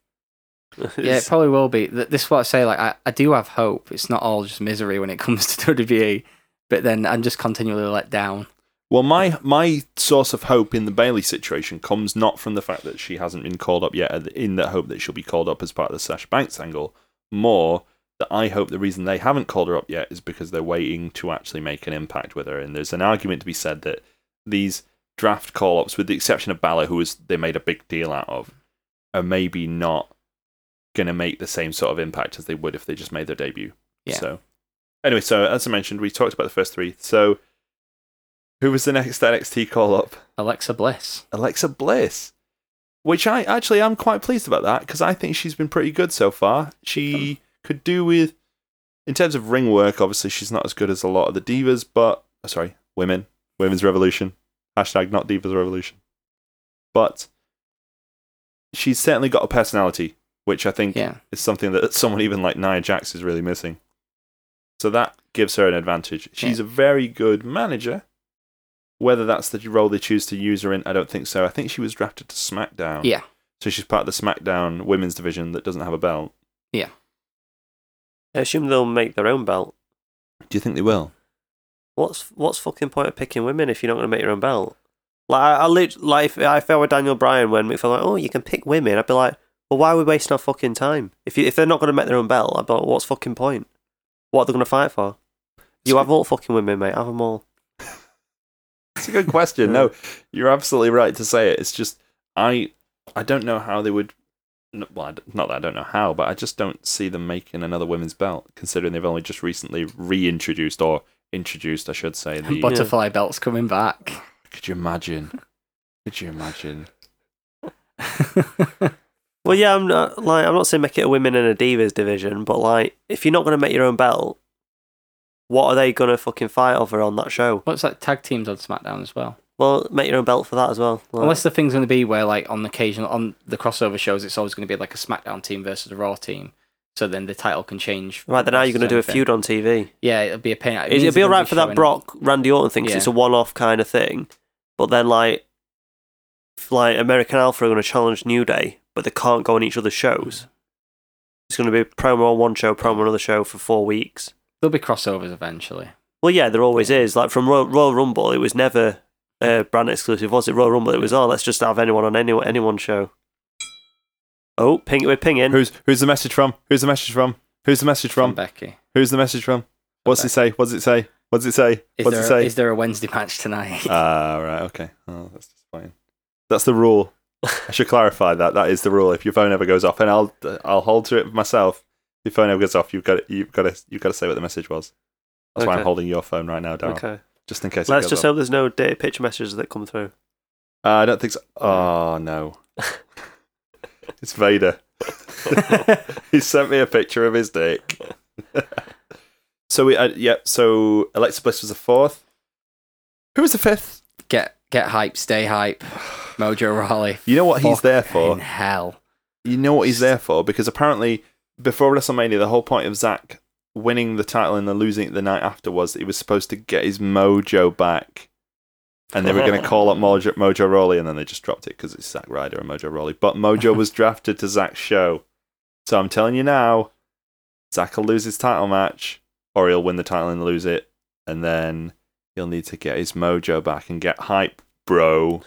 Yeah, it probably will be. Th- This is what I say. Like, I, I do have hope. It's not all just misery when it comes to WWE, but then I'm just continually let down.
Well, my my source of hope in the Bailey situation comes not from the fact that she hasn't been called up yet, and in the hope that she'll be called up as part of the Sasha Banks angle, more that I hope the reason they haven't called her up yet is because they're waiting to actually make an impact with her. And there's an argument to be said that these draft call ups, with the exception of Balor, who was they made a big deal out of, are maybe not going to make the same sort of impact as they would if they just made their debut.
Yeah.
So, anyway, so as I mentioned, we talked about the first three. So, who was the next NXT call up?
Alexa Bliss.
Alexa Bliss, which I actually am quite pleased about that because I think she's been pretty good so far. She could do with, in terms of ring work, obviously she's not as good as a lot of the divas, but oh, sorry, women, women's revolution, hashtag not divas revolution, but she's certainly got a personality. which I think
Yeah.
is something that someone even like Nia Jax is really missing. So that gives her an advantage. She's a very good manager. Whether that's the role they choose to use her in, I don't think so. I think she was drafted to SmackDown.
Yeah.
So she's part of the SmackDown women's division that doesn't have a belt.
I assume they'll make their own belt.
Do you think they will?
What's what's fucking point of picking women if you're not going to make your own belt? Like I, I lit like if I felt with Daniel Bryan when we felt like oh you can pick women, I'd be like, well why are we wasting our fucking time? If you, if they're not going to make their own belt, I'd be like, what's fucking point? What are they going to fight for? You have all fucking women, mate. Have them all.
It's a good question. No, you're absolutely right to say it. It's just I I don't know how they would. n- Well, I d- not that I don't know how, but I just don't see them making another women's belt, considering they've only just recently reintroduced or introduced, I should say. The,
Butterfly belts coming back.
could you imagine? Could you imagine?
Well, yeah, I'm not like I'm not saying make it a women and a divas division, but like if you're not going to make your own belt, what are they going to fucking fight over on that show?
What's that? Tag teams on SmackDown as well.
Well, make your own belt for that as well. Like,
Unless the thing's going to be where, like, on occasion, on the crossover shows, it's always going to be like a SmackDown team versus a Raw team. So then the title can change.
right then, now you're
versus
going to do a
anything.
feud on TV.
Yeah, it'll be a pain. It
It,
means
it'd be
they're gonna
alright for that
showing-
Brock Randy Orton thing 'cause
Yeah.
it's a one-off kind of thing. But then like, if, like American Alpha are going to challenge New Day, but they can't go on each other's shows. It's going to be a promo on one show, promo on another show for four weeks.
There'll be crossovers eventually.
Well, yeah, there always is. Like from Royal, Royal Rumble, it was never uh, brand exclusive, was it? Royal Rumble, it was oh, let's just have anyone on any anyone show. Oh, ping, we're pinging.
Who's who's the message from? Who's the message from? Who's the message
From
from?
Becky.
Who's the message from? What's it say? What's it say? What's it say?
Is
What's
there,
it say?
is there a Wednesday match tonight?
Ah, right, okay. Oh, that's disappointing. That's the rule. I should clarify that. That is the rule. If your phone ever goes off, and I'll I'll hold to it myself. If your phone ever goes off, you've got to, you've got to you've got to say what the message was. That's why I'm
Okay.
holding your phone right now, Daryl,
okay,
just in case.
let's
it
just
goes off.
hope there's no data picture messages that come through.
Uh, I don't think so. Oh no, it's Vader. he sent me a picture of his dick. so we, uh, yeah. So Alexa Bliss was the fourth. Who was the fifth?
get get hype, stay hype. Mojo Raleigh.
You know what he's there for.
In hell.
you know what he's there for because apparently before WrestleMania, the whole point of Zack winning the title and then losing it the night after was that he was supposed to get his mojo back, and they were going to call up Mojo, mojo Rawley, and then they just dropped it because it's Zack Ryder and Mojo Rawley. But Mojo was drafted to Zack's show, so I'm telling you now, Zack will lose his title match, or he'll win the title and lose it, and then he'll need to get his mojo back and get hype, bro.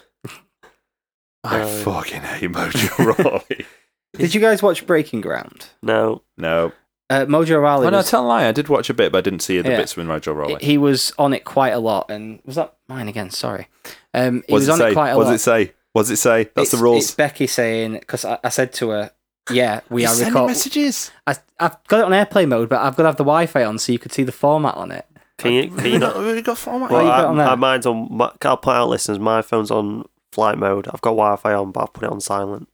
I
Oh.
fucking hate Mojo Rawley.
Did you guys watch Breaking Ground?
No,
No.
Uh, Mojo Raleigh.
Oh, no,
was-
tell a lie. I did watch a bit, but I didn't see the
Yeah.
bits with Mojo Rawley.
he was on it quite a lot, and was that mine again? Sorry, um, he
What
was
does
on
it say?
it quite a
what
lot.
does it say? What does it say? That's the
It's- It's
rules.
Becky saying because I, I said to her, "Yeah, we are recording."
messages.
I, I've got it on airplane mode, but I've got to have the Wi-Fi on so you could see the format on it.
can you can you not
got format.
Well,
Well,
you got
I,
on there?
I- mine's on. My, I'll point out, listeners. My phone's on flight mode. I've got Wi-Fi on, but I've put it on silent.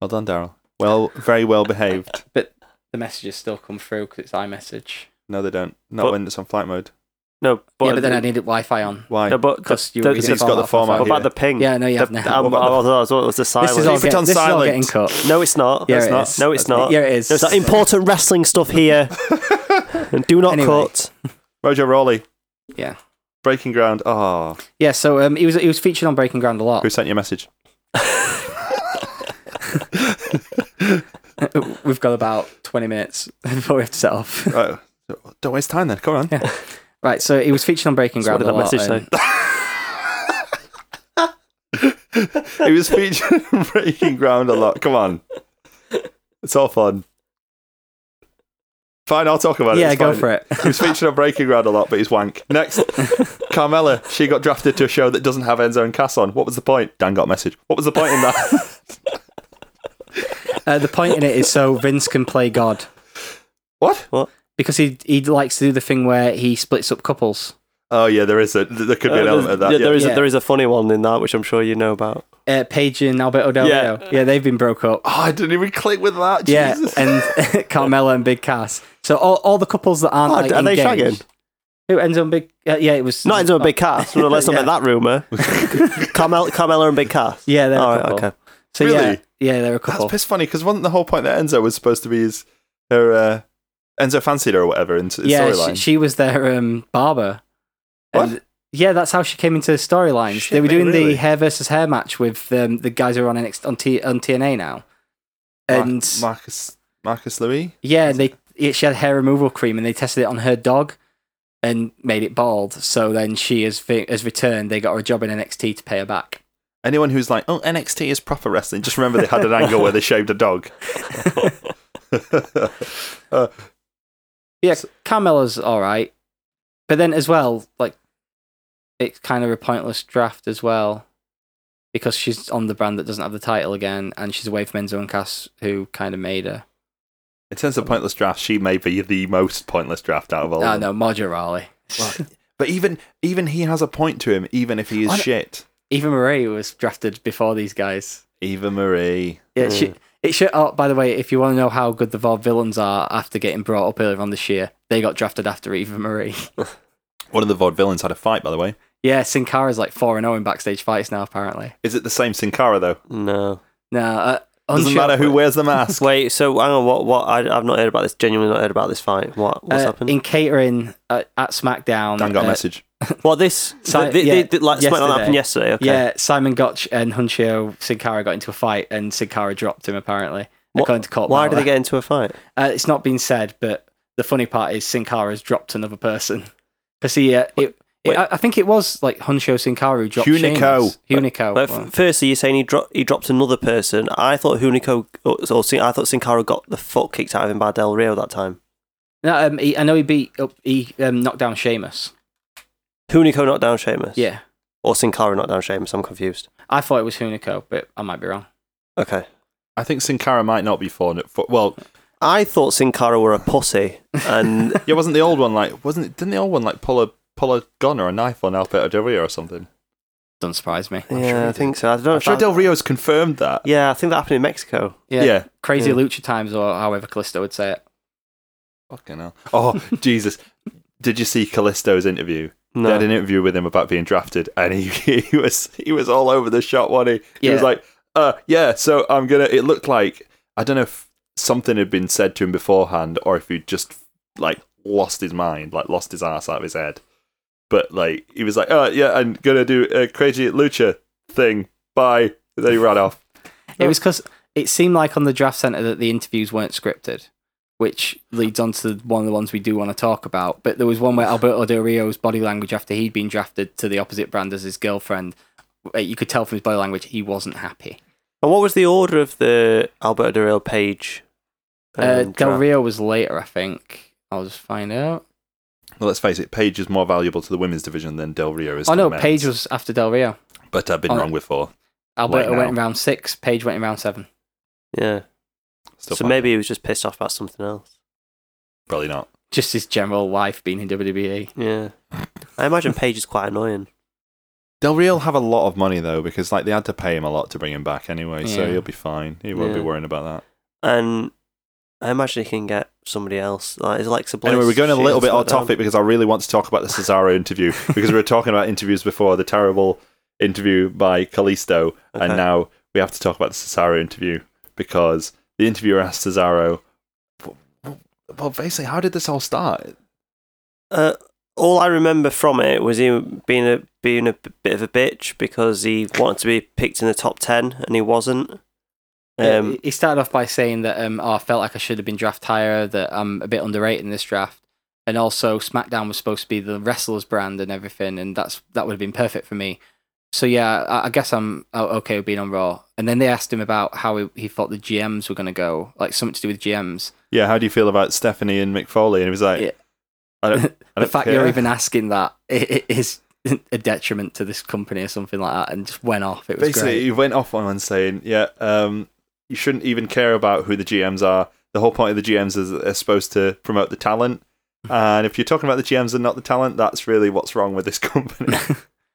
well done, Daryl. Well, very well behaved.
The messages still come through because it's iMessage.
No, they don't. Not
But-
when it's on flight mode.
No, but
yeah, but then I needed Wi-Fi on
Why?
no, but
because you.
the-
were reading
he's got the
from
format
what
phone.
here.
about the ping?
Yeah, no, you have
the,
now.
I'm-
What about
I thought it was the
This
silent.
is all,
Leave it
get,
on
this is all
silent.
getting cut.
no, it's not.
Yeah,
That's
it
not-
is.
No, it's not.
Yeah, it is.
There's that important wrestling stuff here. and do not
Anyway.
cut.
Mojo Rawley.
Yeah.
Breaking ground. Oh,
Yeah, so um, he was he was featured on Breaking Ground a lot.
who sent you a message?
We've got about twenty minutes before we have to set off.
Oh, don't waste time then. Come on.
Yeah. Right, so he was featured on Breaking
So
Ground
what
a
did that
lot.
message
and-
say?
He was featured in Breaking Ground a lot. Come on. It's all fun. Fine, I'll talk about it.
yeah,
It's
go
fine.
for it.
He was featured on Breaking Ground a lot, but he's wank. Next, Carmella. She got drafted to a show that doesn't have Enzo and Cass on. What was the point? Dan got a message. What was the point in that?
Uh, the point in it is so Vince can play God
what?
because he he likes to do the thing where he splits up couples.
Oh yeah, there is a there could be an
Uh,
element of that.
yeah,
yeah.
There is
Yeah.
a, there is a funny one in that, which I'm sure you know about.
Uh, Paige and Alberto Del
Yeah.
Rio, yeah. they've been broke up.
Oh, I didn't even click with that.
Yeah,
Jesus.
and Carmella and Big Cass. So all, all the couples that aren't
Oh,
like,
are they
engaged-
shagging?
Who ends on Big? Uh, yeah, it was
Not into a big cast. No, let's not
Yeah.
make that rumor. Carmel, Carmella and Big Cast.
Yeah, they're a
All right.
couple.
Okay.
So
Really?
yeah, Yeah, there are a
That's
couple.
piss funny because wasn't the whole point that Enzo was supposed to be his her uh, Enzo fancied her or whatever in, in
yeah, she,
storyline?
she was their um, barber.
What?
And- yeah, that's how she came into the storylines.
Shit,
they were
mate,
doing
really?
the hair versus hair match with um, the guys who are on NXT on, T, on TNA now,
Mar-
and
Marcus Marcus Louis.
yeah, and they yeah, she had hair removal cream and they tested it on her dog and made it bald. So then she has fi- has returned. They got her a job in NXT to pay her back.
Anyone who's like, oh, NXT is proper wrestling. Just remember they had an angle where they shaved a dog. uh,
Yeah, Carmella's all right, but then as well, like it's kind of a pointless draft as well because she's on the brand that doesn't have the title again, and she's away from Enzo and Cass, who kind of made her.
in terms of pointless drafts, she may be the most pointless draft out of all. of
Oh
them.
no, Mojo Rawley.
Well, But even even he has a point to him, even if he is
I don't-
shit.
Eva Marie was drafted before these guys.
Eva Marie.
Yeah, it
Mm.
should, it should. Oh, by the way, if you want to know how good the Vaude villains are after getting brought up earlier on this year, they got drafted after Eva Marie.
One of the Vaude villains had a fight, by the way.
yeah, Sin Cara's like 4 0 in backstage fights now, apparently.
Is it the same Sin Cara, though?
No.
No, uh,
Doesn't
unsure-
matter who wears the mask.
Wait, so hang on. What? What? I, I've not heard about this. Genuinely not heard about this fight. What? What's
uh,
happened?
In catering uh, at SmackDown.
Dan got a
uh,
message.
What this?
Si-
th- th-
yeah,
th- th- like something like that
yesterday.
happened yesterday. Okay.
Yeah, Simon Gotch and Hunchio Sin Cara got into a fight, and Sin Cara dropped him, apparently. According to Colt
Why did
Bauer.
they get into a fight?
Uh, it's not been said, but the funny part is Sin Cara has dropped another person. Because he, uh, it,
Wait.
it, I I think it was like Huncho Sin Cara who dropped
Hunico.
Sheamus. Hunico.
But f-
well.
firstly, you're saying he dropped he dropped another person. I thought Hunico or, or Sin- I thought Sincaro got the fuck kicked out of him by Del Rio that time.
No, um, he, I know he beat up, he um, knocked down Sheamus.
Hunico knocked down Sheamus.
Yeah.
Or Sincaro knocked down Sheamus. I'm confused.
I thought it was Hunico, but I might be wrong.
Okay.
I think Sin Cara might not be for. for- Well,
I thought Sincaro were a pussy, and
yeah, wasn't the old one like? Wasn't it- didn't the old one like pull a pull a gun or a knife on Alberto Del Rio or something?
Doesn't surprise me.
yeah, I think so. I don't know.
I'm
if
sure
that-
Del Rio's confirmed that.
yeah, I think that happened in Mexico.
Yeah.
yeah.
Crazy
Yeah.
Lucha Times, or however Callisto would say it.
Fucking hell. Oh Jesus! Did you see Callisto's interview?
No.
They had an interview with him about being drafted, and he, he was he was all over the shop. One he he was
Yeah.
like, "Uh, yeah." So I'm gonna. It looked like I don't know if something had been said to him beforehand, or if he just like lost his mind, like lost his ass out of his head. But like he was like, "Uh, yeah, I'm gonna do a crazy lucha thing." Bye. And then he ran off.
It was because it seemed like on the draft center that the interviews weren't scripted, which leads on to one of the ones we do want to talk about. But there was one where Alberto Del Rio's body language after he'd been drafted to the opposite brand as his girlfriend, uh, you could tell from his body language he wasn't happy.
And what was the order of the Alberto Del Rio page?
Uh,
um,
Del
draft?
Rio was later, I think. I'll just find out.
Well, let's face it, Paige is more valuable to the women's division than Del Rio is.
Oh
to the
no,
men's.
Page was after Del Rio.
But I've been
oh, no.
wrong with four.
Alberto
Right
went in
now.
round six. Page went in round seven.
Yeah.
Still
so
fine.
maybe he was just pissed off about something else.
probably not.
Just his general life being in E. WWE.
Yeah. I imagine Paige is quite annoying.
Del Rio have a lot of money though, because like they had to pay him a lot to bring him back anyway, so
Yeah.
he'll be fine. He won't be
Yeah.
worrying about that.
And I imagine he can get somebody else. Like is Alexa Bliss.
anyway, we're going a
she
little
can
bit
slow
off
down.
topic because I really want to talk about the Cesaro interview because we were talking about interviews before the terrible interview by Callisto,
Okay.
and now we have to talk about the Cesaro interview because the interviewer asked Cesaro, "Well, well, "Well, basically, how did this all start?"
Uh, all I remember from it was him being a being a b- bit of a bitch because he wanted to be picked in the top ten and he wasn't. Um,
Um, he started off by saying that um, oh, I felt like I should have been draft higher, that I'm a bit underrated in this draft, and also SmackDown was supposed to be the wrestlers brand and everything, and that's that would have been perfect for me. So yeah, I, I guess I'm o- okay with being on Raw. And then they asked him about how he, he thought the GMs were going to go, like something to do with GMs.
Yeah, how do you feel about Stephanie and McFoley? And he was like,
Yeah.
"I don't." I
The
don't
fact
care.
you're even asking that i- i- is a detriment to this company or something like that, and just went off. It was
basically
great.
he went off on one saying, "Yeah, um, you shouldn't even care about who the GMs are. The whole point of the GMs is that they're supposed to promote the talent." And if you're talking about the GMs and not the talent, that's really what's wrong with this company.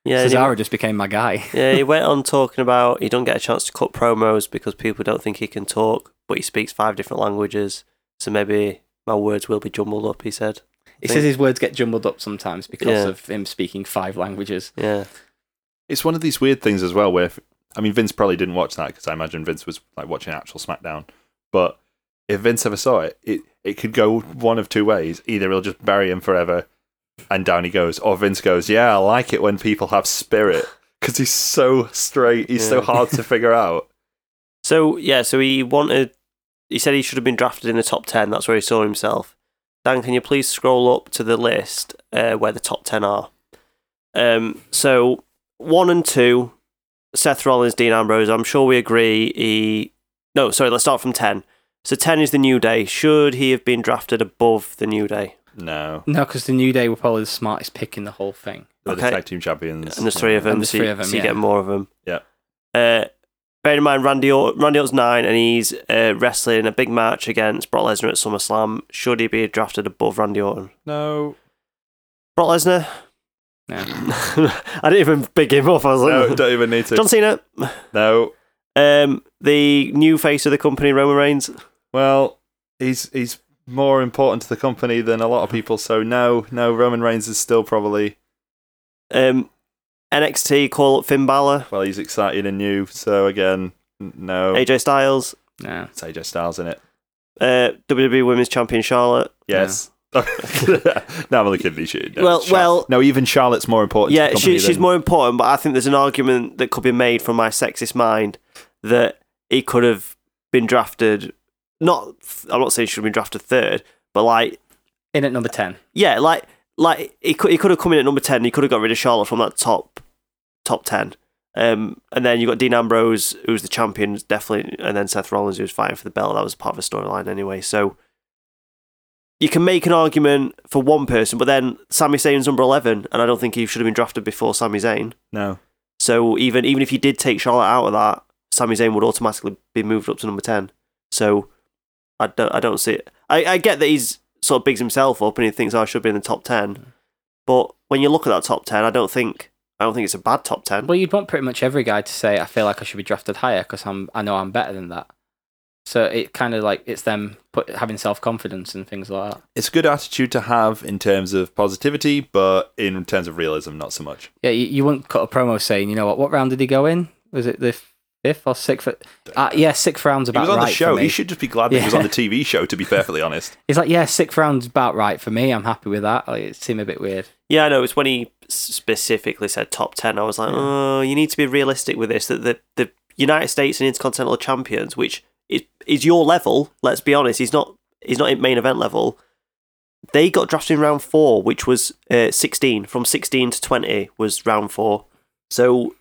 yeah, and he-
Cesaro just became my guy.
yeah, he went on talking about he don't get a chance to cut promos because people don't think he can talk, but he speaks five different languages, so maybe my words will be jumbled up. He said,
He says his words get jumbled up sometimes because
Yeah.
of him speaking five languages.
"Yeah,
it's one of these weird things as well, where if I mean, Vince probably didn't watch that because I imagine Vince was like watching actual SmackDown. But if Vince ever saw it, it it could go one of two ways. Either he'll just bury him forever, and down he goes, or Vince goes, "Yeah, I like it when people have spirit." Because he's so straight, he's so
Yeah.
hard to figure out.
So yeah, so he wanted. He said he should have been drafted in the top ten. That's where he saw himself. Dan, can you please scroll up to the list uh, where the top ten are? Um, so one and two, Seth Rollins, Dean Ambrose. I'm sure we agree. He no, sorry. Let's start from ten. So ten is the New Day. Should he have been drafted above the New Day?
No,
No, because the New Day were probably the smartest pick in the whole thing.
they're the
Okay.
tag team champions.
And there's three of them.
there's
so
three
you,
of them,
so you
yeah.
get more of them.
Yeah.
Uh, bear in mind, Randy Or- Randy Orton's nine, and he's uh, wrestling a big match against Brock Lesnar at SummerSlam. Should he be drafted above Randy Orton?
No,
Brock Lesnar.
No.
I didn't even big him up. I was
no,
like,
don't even need to.
John Cena.
No,
Um, the new face of the company, Roman Reigns.
well, he's he's more important to the company than a lot
Uh-huh.
of people. So no, no, Roman Reigns is still probably
Um, NXT call up Finn Balor,
well, he's excited and new. So again, n- no,
AJ Styles,
No.
it's AJ Styles in it.
uh, WWE Women's Champion Charlotte.
Yes. no, I'm only kidding. She, no,
Well-
Char-
well-
no, even Charlotte's more important. to
Yeah,
the company
she, she's
than-
more important, but I think there's an argument that could be made from my sexist mind that he could have been drafted. Not, I'm not saying he should have been drafted third, but like,
In at number 10.
yeah, like, like he could he could have come in at number ten. He could have got rid of Charlotte from that top top ten, um, and then you got Dean Ambrose, who's the champion, definitely, and then Seth Rollins, who's fighting for the belt. That was part of the storyline anyway. So you can make an argument for one person, but then Sami Zayn's number eleven, and I don't think he should have been drafted before Sami Zayn.
No,
So even even if you did take Charlotte out of that, Sami Zayn would automatically be moved up to number ten. So I don't I don't see it. I, I get that he's sort of bigs himself up and he thinks "Oh, I should be in the top ten, but when you look at that top ten, I don't think I don't think it's a bad top ten.
Well, you'd want pretty much every guy to say, "I feel like I should be drafted higher because I'm, I know I'm better than that." So it kind of like it's them put having self confidence and things like that.
it's a good attitude to have in terms of positivity, but in terms of realism, not so much.
Yeah, you, you wouldn't cut a promo saying, "You know what? What round did he go in? Was it the f- fifth or sixth? Uh, yeah, sixth round's
He
about
was on
right
the show.
for me."
He should just be glad that he was
Yeah.
on the TV show. To be perfectly honest,
He's like, "Yeah, sixth round's about right for me. I'm happy with that." Like, it seemed a bit weird.
Yeah, I know. It's when he s- specifically said top ten. I was like, oh, you need to be realistic with this. That the the United States and Intercontinental Champions, which is is your level. Let's be honest. He's not. He's not in main event level. They got drafted in round four, which was uh, sixteen. From sixteen to twenty was round four. So,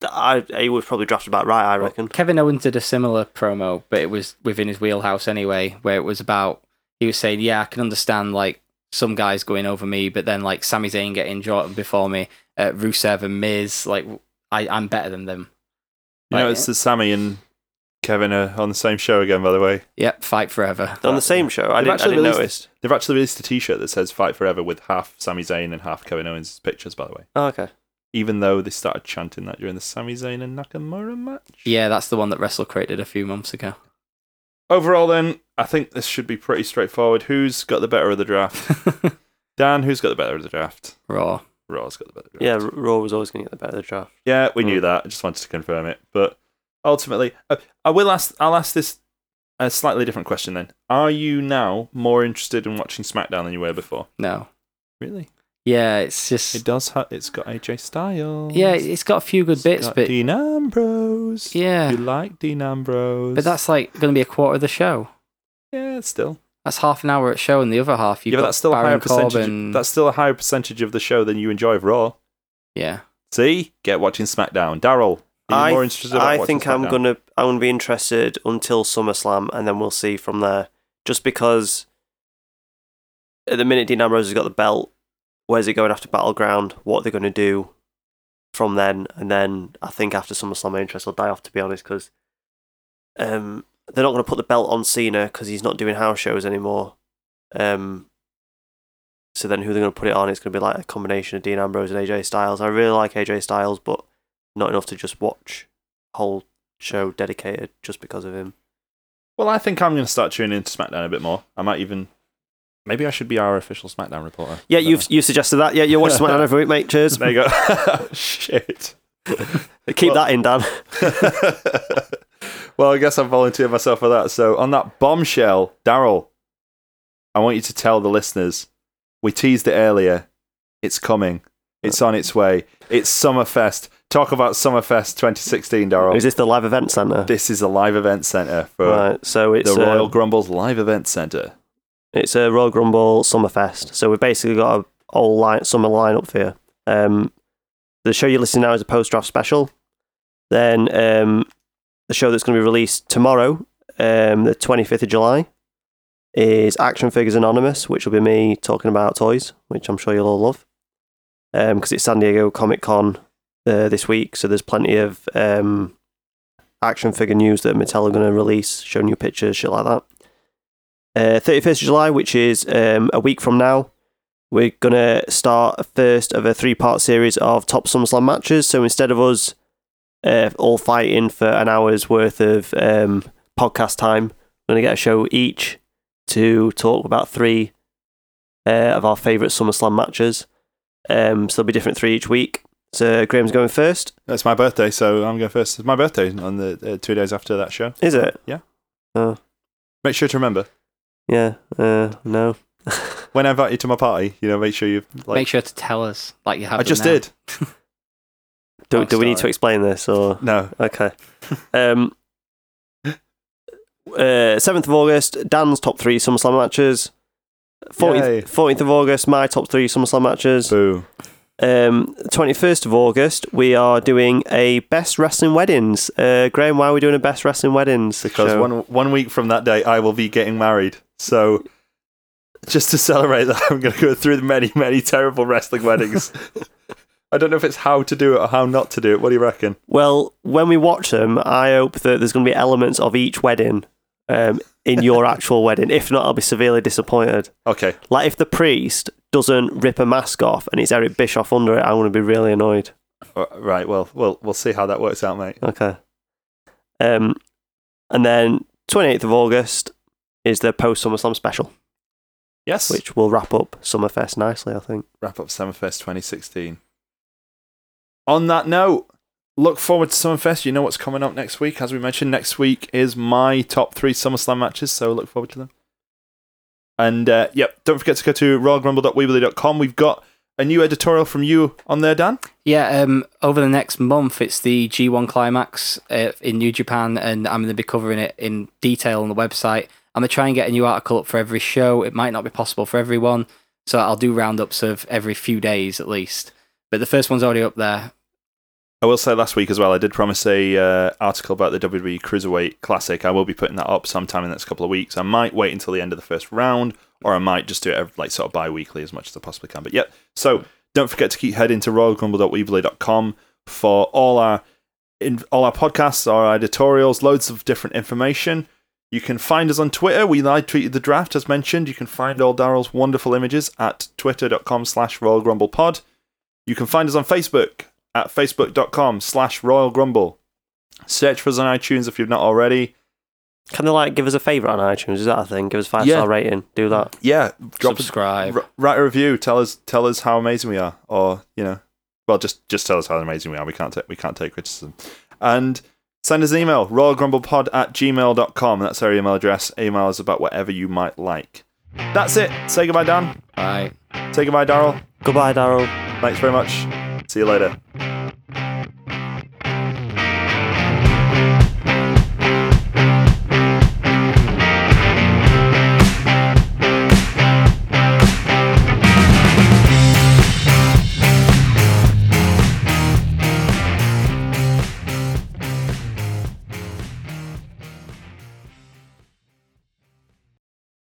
th- I he was probably drafted about right. I reckon.
Kevin Owens did a similar promo, but it was within his wheelhouse anyway, where it was about he was saying, "Yeah, I can understand like some guys going over me, but then like Sami Zayn getting Jordan before me, uh, Rusev and Miz, like I, I'm better than them."
you know,
Like,
it's the Sammy and Kevin are on the same show again. By the way,
Yep, fight forever.
On the same show, I
uh, They've
didn't, I
actually
didn't
released-
notice.
they've actually released a T-shirt that says "Fight Forever" with half Sami Zayn and half Kevin Owens' pictures. By the way,
Oh, okay.
even though they started chanting that during the Sami Zayn and Nakamura match.
Yeah, that's the one that Wrestle created a few months ago.
Overall, then, I think this should be pretty straightforward. Who's got the better of the draft? Dan, who's got the better of the draft?
Raw.
Raw's got the better. Of the
Yeah,
draft.
R- Raw was always going to get the better of the draft.
yeah, we
Hmm.
knew that. I just wanted to confirm it, but ultimately, uh, I will ask. I'll ask this a slightly different question then. Are you now more interested in watching SmackDown than you were before?
No.
Really?
Yeah, it's just
It does. Ha- it's got AJ Styles.
yeah, it's got a few good bits,
got
but
Dean Ambrose. You
yeah,
like Dean Ambrose?
but that's like going to be a quarter of the show.
yeah, still.
That's half an hour at show, and the other half you've
yeah, but
got
that's still a higher
Baron Corbin.
percentage. That's still a higher percentage of the show than you enjoy of Raw.
yeah.
See, get watching SmackDown. Daryl, are you more interested about
I
watching
think I'm
SmackDown?
gonna I'm gonna be interested until SummerSlam, and then we'll see from there. Just because at the minute Dean Ambrose has got the belt, where's it going after Battleground? What they're gonna do from then, and then I think after SummerSlam, my interest will die off. To be honest, because um, they're not gonna put the belt on Cena because he's not doing house shows anymore. Um, so then who they're gonna put it on? It's gonna be like a combination of Dean Ambrose and AJ Styles. I really like AJ Styles, but not enough to just watch whole show dedicated just because of him.
Well, I think I'm going to start tuning into SmackDown a bit more. I might even. Maybe I should be our official SmackDown reporter.
Yeah,
I don't
you've you've suggested that. Yeah, you're watching SmackDown every week, mate. Cheers.
know. There you go. Shit.
Keep
Well-
that in, Dan.
well, I guess I volunteered myself for that. So on that bombshell, Daryl, I want you to tell the listeners we teased it earlier. It's coming. It's on its way. It's Summerfest. Talk about Summerfest 2016, Daryl.
Is this the live event centre?
this is a live event centre for
Right, so it's
the
uh,
Royal Grumbles Live Event Centre.
It's a Royal Grumble Summerfest. So we've basically got a whole line, summer lineup for you. Um, the show you're listening now is a post draft special. Then um, the show that's going to be released tomorrow, um, the 25th of July, is Action Figures Anonymous, which will be me talking about toys, which I'm sure you'll all love. Because it's San Diego Comic Con uh, this week, so there's plenty of um, action figure news that Mattel are going to release, show new pictures, shit like that uh, 31st of July, which is um, a week from now. We're going to start first of a three part series of top SummerSlam matches. So instead of us uh, all fighting for an hour's worth of um, podcast time, we're going to get a show each to talk about three uh, of our favourite SummerSlam matches. Um, so there'll be different three each week. So Graham's going first,
It's my birthday, so I'm going first. It's my birthday on the uh, two days after that show.
is it?
Make sure to remember
Yeah. Uh, no.
when I invite you to my party. You know, make sure you like.
Make sure to tell us, like you have.
I just
done now.
did.
Do,
Dark
do we need
Star.
to explain this or?
No,
Okay. Um, uh, 7th of August, Dan's top three SummerSlam matches. 14th,
Yay.
14th of August, my top three SummerSlam matches.
boo.
Um, 21st of August, we are doing a Best Wrestling Weddings. Uh, Graham, why are we doing a Best Wrestling Weddings?
because
show?
one one week from that day I will be getting married. So just to celebrate that, I'm going to go through the many many terrible wrestling weddings. I don't know if it's how to do it or how not to do it. What do you reckon?
Well, when we watch them, I hope that there's going to be elements of each wedding um, in your actual wedding. If not, I'll be severely disappointed.
Okay,
Like, if the priest doesn't rip a mask off and it's Eric Bischoff under it, I'm going to be really annoyed.
Uh, right. Well, we'll we'll see how that works out, mate.
Okay. Um, and then 28th of August is the post SummerSlam special,
Yes.
which will wrap up Summerfest nicely, I think.
Wrap up Summerfest 2016. On that note, look forward to Summerfest. You know what's coming up next week. As we mentioned, next week is my top three SummerSlam matches, so look forward to them. And uh, yep, don't forget to go to royalgrumble.weebly.com. We've got a new editorial from you on there, Dan.
Yeah, um, over the next month, it's the G1 Climax uh, in New Japan, and I'm going to be covering it in detail on the website. I'm going to try and get a new article up for every show. It might not be possible for everyone, so I'll do roundups of every few days at least. But the first one's already up there.
I will say last week as well, I did promise a uh, article about the WWE Cruiserweight Classic. I will be putting that up sometime in the next couple of weeks. I might wait until the end of the first round, or I might just do it ev- like sort of bi-weekly as much as I possibly can. But yep, so don't forget to keep heading to royalgrumble.weebly.com for all our in, all our podcasts, our editorials, loads of different information. You can find us on Twitter. We live tweeted the draft, as mentioned. You can find all Daryl's wonderful images at twitter.com slash royalgrumblepod. You can find us on Facebook at facebook.com slash Royal Grumble. Search for us on iTunes if you've not already.
Can they, like, give us a favourite on iTunes? Is that a thing? Give us a five
Yeah.
star rating. Do that.
Yeah, drop us,
Subscribe.
r- write a review. Tell us tell us how amazing we are, or you know, well, just just tell us how amazing we are. We can't take we can't take criticism. And send us an email, royalgrumblepod at gmail.com. That's our email address. Email us about whatever you might like. That's it. Say goodbye, Dan.
Bye.
Say goodbye, Daryl.
Goodbye, Daryl.
Thanks very much. See you later.